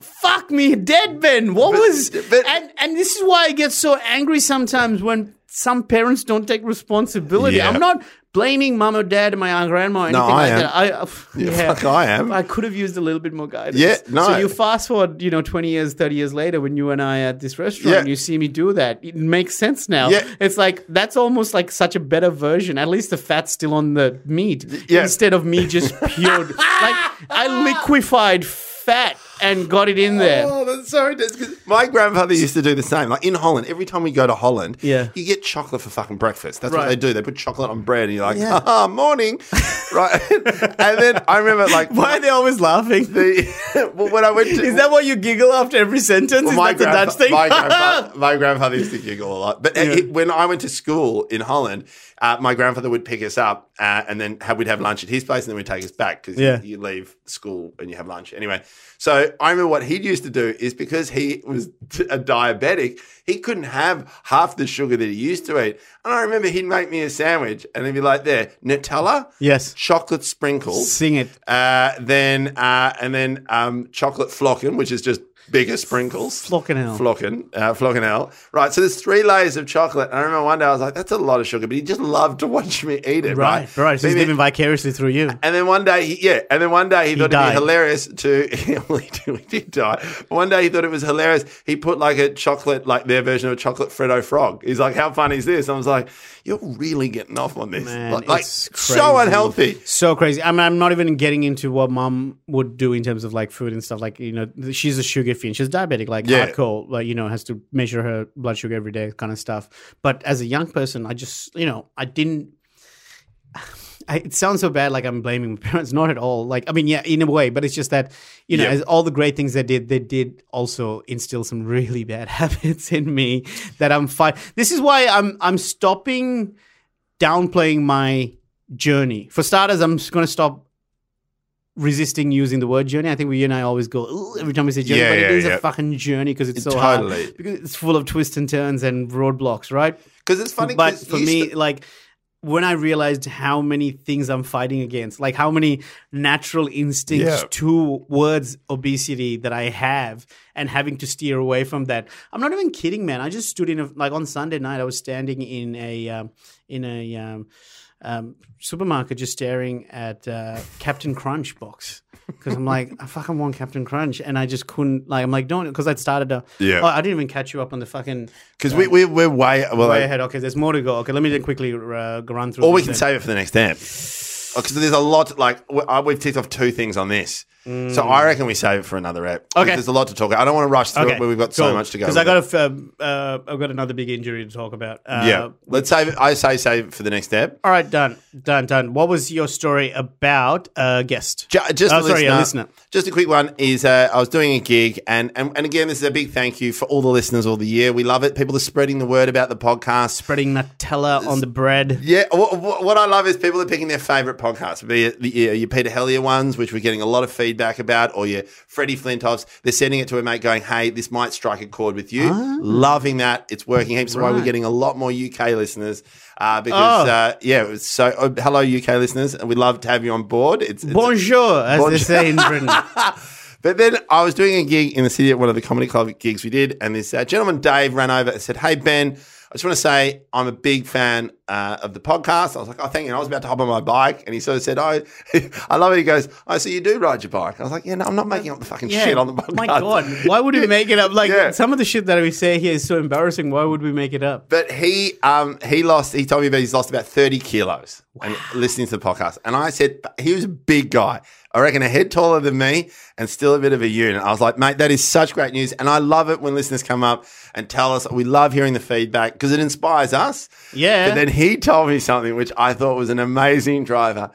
Speaker 3: fuck me dead ben what
Speaker 2: But-
Speaker 3: was
Speaker 2: but-
Speaker 3: and and this is why i get so angry sometimes when some parents don't take responsibility.
Speaker 2: Yeah.
Speaker 3: I'm not blaming mom or dad and my grandma or anything
Speaker 2: No, I
Speaker 3: like
Speaker 2: am.
Speaker 3: that. I, uh,
Speaker 2: Yeah, fuck, I am.
Speaker 3: I could have used a little bit more guidance.
Speaker 2: Yeah, no.
Speaker 3: So you fast forward, you know, 20 years, 30 years later, when you and I are at this restaurant,
Speaker 2: Yeah.
Speaker 3: you see me do that. It makes sense now.
Speaker 2: Yeah.
Speaker 3: It's like, that's almost like such a better version. At least the fat's still on the meat
Speaker 2: yeah.
Speaker 3: instead of me just pure. like, I liquefied fat and got it in there.
Speaker 2: Oh, that's so intense. 'cause My grandfather used to do the same. Like in Holland, every time we go to Holland,
Speaker 3: Yeah.
Speaker 2: you get chocolate for fucking breakfast. That's
Speaker 3: Right.
Speaker 2: what they do. They put chocolate on bread, and you're like,
Speaker 3: Yeah.
Speaker 2: ah, morning, [laughs] right? and then I remember, like,
Speaker 3: Why are they always laughing?
Speaker 2: the [laughs] well, when I went to
Speaker 3: Is that why you giggle after every sentence?
Speaker 2: well,
Speaker 3: Is
Speaker 2: my,
Speaker 3: that the Dutch
Speaker 2: grandfa-
Speaker 3: thing?
Speaker 2: my grandfather, my grandfather used to giggle a lot. But uh,
Speaker 3: Yeah.
Speaker 2: it- when I went to school in Holland, uh, my grandfather would pick us up uh, and then have, we'd have lunch at his place and then we'd take us back because
Speaker 3: Yeah.
Speaker 2: you, leave school and you have lunch. Anyway, so I remember what he used to do is because he was t- a diabetic, he couldn't have half the sugar that he used to eat. And I remember he'd make me a sandwich and he'd be like, there, Nutella,
Speaker 3: Yes.
Speaker 2: chocolate sprinkles,
Speaker 3: [laughs] Sing it.
Speaker 2: uh, then uh, and then um, chocolate flocken, which is just bigger sprinkles.
Speaker 3: Flockenhell.
Speaker 2: Flocken, uh, flockenhell. Right. So there's three layers of chocolate. And I remember one day I was like, "That's a lot of sugar," but he just loved to watch me eat it. Right.
Speaker 3: Right, right. So he's
Speaker 2: Maybe-
Speaker 3: living vicariously through you.
Speaker 2: and then one day, he, yeah, and then one day he, thought it'd
Speaker 3: died.
Speaker 2: be hilarious to. [laughs] well, he did, he did die. One day he thought it was hilarious. He put like a chocolate, like their version of a chocolate Freddo frog. He's like, "How funny is this?" I was like, "You're really getting off on this.
Speaker 3: Man,
Speaker 2: like, like,
Speaker 3: it's
Speaker 2: so
Speaker 3: crazy.
Speaker 2: unhealthy."
Speaker 3: So crazy. I mean, I'm not even getting into what mom would do in terms of like food and stuff. Like, you know, th- she's a sugar fiend. She's diabetic, like
Speaker 2: Yeah.
Speaker 3: hardcore, like, you know, has to measure her blood sugar every day kind of stuff. But as a young person, I just, you know, I didn't. I, it sounds so bad, like I'm blaming my [laughs] parents. Not at all. Like, I mean, yeah, in a way, but it's just that, you know,
Speaker 2: Yeah.
Speaker 3: as all the great things they did, they did also instill some really [laughs] bad habits in me that I'm fine. This is why I'm I'm stopping downplaying my journey. For starters, I'm just going to stop resisting using the word journey. I think we you and I always go "Ooh," every time we say journey,
Speaker 2: Yeah,
Speaker 3: but it
Speaker 2: yeah,
Speaker 3: is
Speaker 2: yeah.
Speaker 3: a fucking journey because it's so hard.
Speaker 2: Totally.
Speaker 3: because it's full of twists and turns and roadblocks, right?
Speaker 2: Because it's funny.
Speaker 3: but
Speaker 2: 'cause
Speaker 3: for
Speaker 2: you
Speaker 3: me,
Speaker 2: st-
Speaker 3: like when I realized how many things I'm fighting against, like how many natural instincts
Speaker 2: Yeah.
Speaker 3: towards obesity that I have, and having to steer away from that. I'm not even kidding, man. I just stood in a, like on Sunday night. I was standing in a um, in a um, um, supermarket, just staring at uh, Captain Crunch box. Because I'm like, I fucking want Captain Crunch, and I just couldn't. Like, I'm like, don't, because I'd started a.
Speaker 2: Yeah.
Speaker 3: Oh, I didn't even catch you up on the fucking
Speaker 2: Because we, we, we're way, well,
Speaker 3: way ahead. Okay, there's more to go. Okay, let me then quickly uh, go run through.
Speaker 2: or we
Speaker 3: this
Speaker 2: can
Speaker 3: then.
Speaker 2: save it for the next amp. Because there's a lot, like, we- I- we've ticked off two things on this. So I reckon we save it for another app.
Speaker 3: Mm. Okay.
Speaker 2: There's a lot to talk about. I don't want to rush through it where we've got so
Speaker 3: cool.
Speaker 2: much to go.
Speaker 3: Because I
Speaker 2: with
Speaker 3: got a, um, uh, I've got another big injury to talk about. Uh,
Speaker 2: it. yeah. Let's save it. I say save it for the next app.
Speaker 3: All right, done, done, done. What was your story about a guest?
Speaker 2: Ju- Just
Speaker 3: Oh,
Speaker 2: a
Speaker 3: sorry,
Speaker 2: listener,
Speaker 3: a listener.
Speaker 2: Just a quick one is uh, I was doing a gig, and, and and again, this is a big thank you for all the listeners all the year. We love it. People are spreading the word about the podcast.
Speaker 3: Spreading Nutella on the bread.
Speaker 2: Yeah, what, what I love is people are picking their favorite podcasts, be it the, yeah, your Peter Hellier ones, which we're getting a lot of feedback about, or your Freddie Flintoffs. They're sending it to a mate going, hey, this might strike a chord with you. Loving that. It's working heaps. That's why
Speaker 3: Ah. Right.
Speaker 2: we're getting a lot more UK listeners. Uh, because,
Speaker 3: Oh.
Speaker 2: uh, yeah, it was so oh, hello, UK listeners. and We'd love to have you on board. It's, it's
Speaker 3: Bonjour, as they
Speaker 2: Bonjour.
Speaker 3: say in Britain.
Speaker 2: but then I was doing a gig in the city at one of the comedy club gigs we did, and this uh, gentleman Dave ran over and said, "Hey Ben, I just want to say I'm a big fan uh, of the podcast." I was like, "Oh, thank you." And I was about to hop on my bike, and he sort of said, "Oh, [laughs] I love it." He goes, "Oh, so you do ride your bike?" I was like, "Yeah, no, I'm not making up the fucking [laughs] shit on the podcast."
Speaker 3: My God,
Speaker 2: [laughs]
Speaker 3: why would we make it up? Like
Speaker 2: Yeah.
Speaker 3: some of the shit that we say here is so embarrassing. Why would we make it up?
Speaker 2: But he um, he lost. He told me that he's lost about thirty kilos and listening to the podcast. And I said "But he was a big guy. I reckon a head taller than me and still a bit of a unit. I was like, mate, that is such great news, and I love it when listeners come up and tell us. We love hearing the feedback because it inspires us.
Speaker 3: Yeah.
Speaker 2: But then he told me something which I thought was an amazing driver.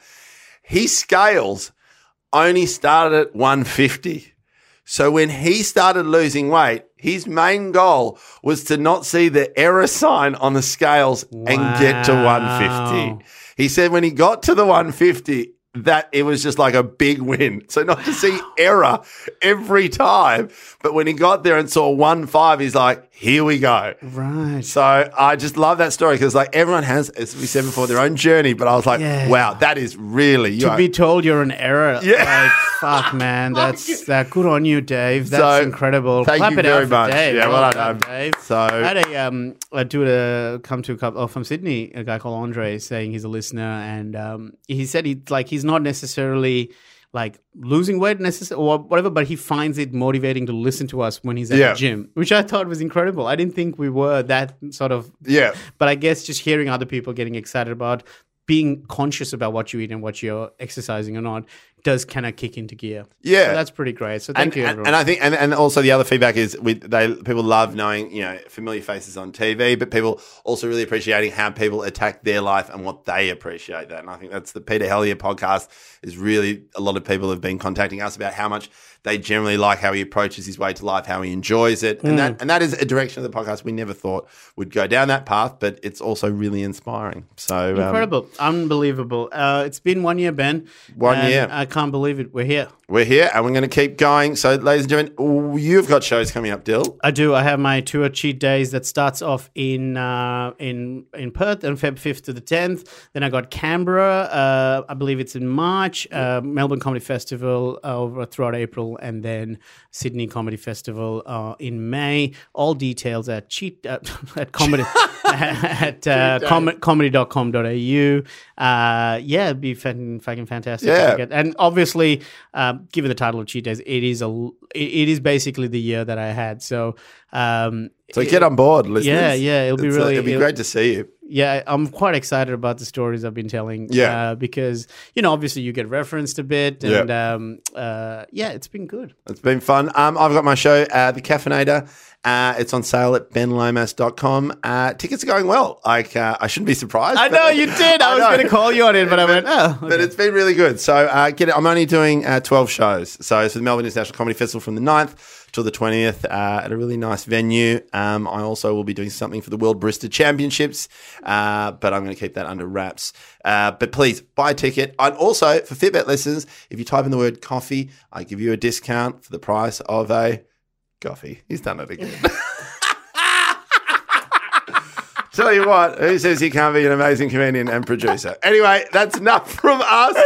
Speaker 2: His scales only started at one fifty. So when he started losing weight, his main goal was to not see the error sign on the scales and get to
Speaker 3: Wow.
Speaker 2: 150. He said when he got to the 150, that it was just like a big win. So not to see error every time, but when he got there and saw one five, he's like, here we go.
Speaker 3: Right.
Speaker 2: So I just love that story because like everyone has, as we said before, their own journey. But I was like,
Speaker 3: Yeah.
Speaker 2: wow, that is really you
Speaker 3: to
Speaker 2: are-
Speaker 3: be told you're an error.
Speaker 2: [laughs] Yeah.
Speaker 3: Like,
Speaker 2: [laughs]
Speaker 3: fuck, man. That's that. Good on you, Dave. That's
Speaker 2: So,
Speaker 3: incredible.
Speaker 2: thank
Speaker 3: Clap
Speaker 2: you
Speaker 3: it
Speaker 2: very
Speaker 3: out
Speaker 2: much.
Speaker 3: for Dave.
Speaker 2: Yeah, well done,
Speaker 3: Dave.
Speaker 2: So-
Speaker 3: I had a um, a dude uh, come to a couple, oh, from Sydney, a guy called Andre, saying he's a listener, and um, he said he like he's not necessarily. Like losing weight necessarily or whatever, but he finds it motivating to listen to us when he's at
Speaker 2: Yeah.
Speaker 3: the gym, which I thought was incredible. I didn't think we were that sort of
Speaker 2: yeah.
Speaker 3: but I guess just hearing other people getting excited about being conscious about what you eat and what you're exercising or not does kind of kick into gear.
Speaker 2: Yeah.
Speaker 3: So that's pretty great. So
Speaker 2: And,
Speaker 3: thank you,
Speaker 2: and,
Speaker 3: everyone.
Speaker 2: and I think, and, and also the other feedback is we they people love knowing you know familiar faces on TV, but people also really appreciating how people attack their life and what they appreciate that. And I think that's the Peter Hellier podcast is really a lot of people have been contacting us about how much they generally like how he approaches his way to life, how he enjoys it, and
Speaker 3: Mm.
Speaker 2: that and that is a direction of the podcast we never thought would go down that path, but it's also really inspiring. So um,
Speaker 3: Incredible, unbelievable. Uh, it's been one year, Ben.
Speaker 2: One
Speaker 3: and
Speaker 2: year.
Speaker 3: I can't believe it. We're here.
Speaker 2: we're here and we're going to keep going. So, ladies and gentlemen, you've got shows coming up, Dill.
Speaker 3: I do. I have my tour cheat days that starts off in uh, in in Perth on Feb fifth to the tenth. Then I got Canberra. Uh, I believe it's in March. Uh, Melbourne Comedy Festival over throughout April, and then Sydney Comedy Festival uh, in May. All details at cheat uh, [laughs] at comedy at uh, com- comedy.com.au. Uh, yeah, it'd be fan- fucking fantastic.
Speaker 2: Yeah.
Speaker 3: Get- and obviously, um, given the title of cheat days, it is a l- it- it is basically the year that I had. So, um,
Speaker 2: So get on board, listeners.
Speaker 3: Yeah, yeah, it'll be
Speaker 2: It's, uh,
Speaker 3: really-
Speaker 2: it'll be
Speaker 3: it'll-
Speaker 2: great to see you.
Speaker 3: yeah, I'm quite excited about the stories I've been telling.
Speaker 2: Yeah.
Speaker 3: uh, because you know, obviously, you get referenced a bit, and yeah, um, uh, yeah it's been good.
Speaker 2: It's been fun. Um, I've got my show, uh, The Caffeinator. Uh, it's on sale at benlomas.com. Uh, tickets are going well. Like, uh, I shouldn't be surprised.
Speaker 3: I
Speaker 2: but-
Speaker 3: know you did. [laughs] I, was
Speaker 2: know.
Speaker 3: going to call you on it, but I went, oh, [laughs]
Speaker 2: But
Speaker 3: okay.
Speaker 2: it's been really good. So uh, get it. I'm only doing uh, 12 shows. So it's the Melbourne International Comedy Festival from the 9th till the 20th uh, at a really nice venue. Um, I also will be doing something for the World Barista Championships, uh, but I'm going to keep that under wraps. Uh, but please buy a ticket. And also for Fitbet listeners, if you type in the word coffee, I give you a discount for the price of a coffee. He's done it again. Tell you what, who says he can't be an amazing comedian and producer? Anyway, that's enough from us.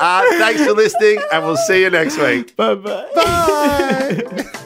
Speaker 2: Uh, thanks for listening, and we'll see you next week.
Speaker 3: bye bye.
Speaker 2: Bye.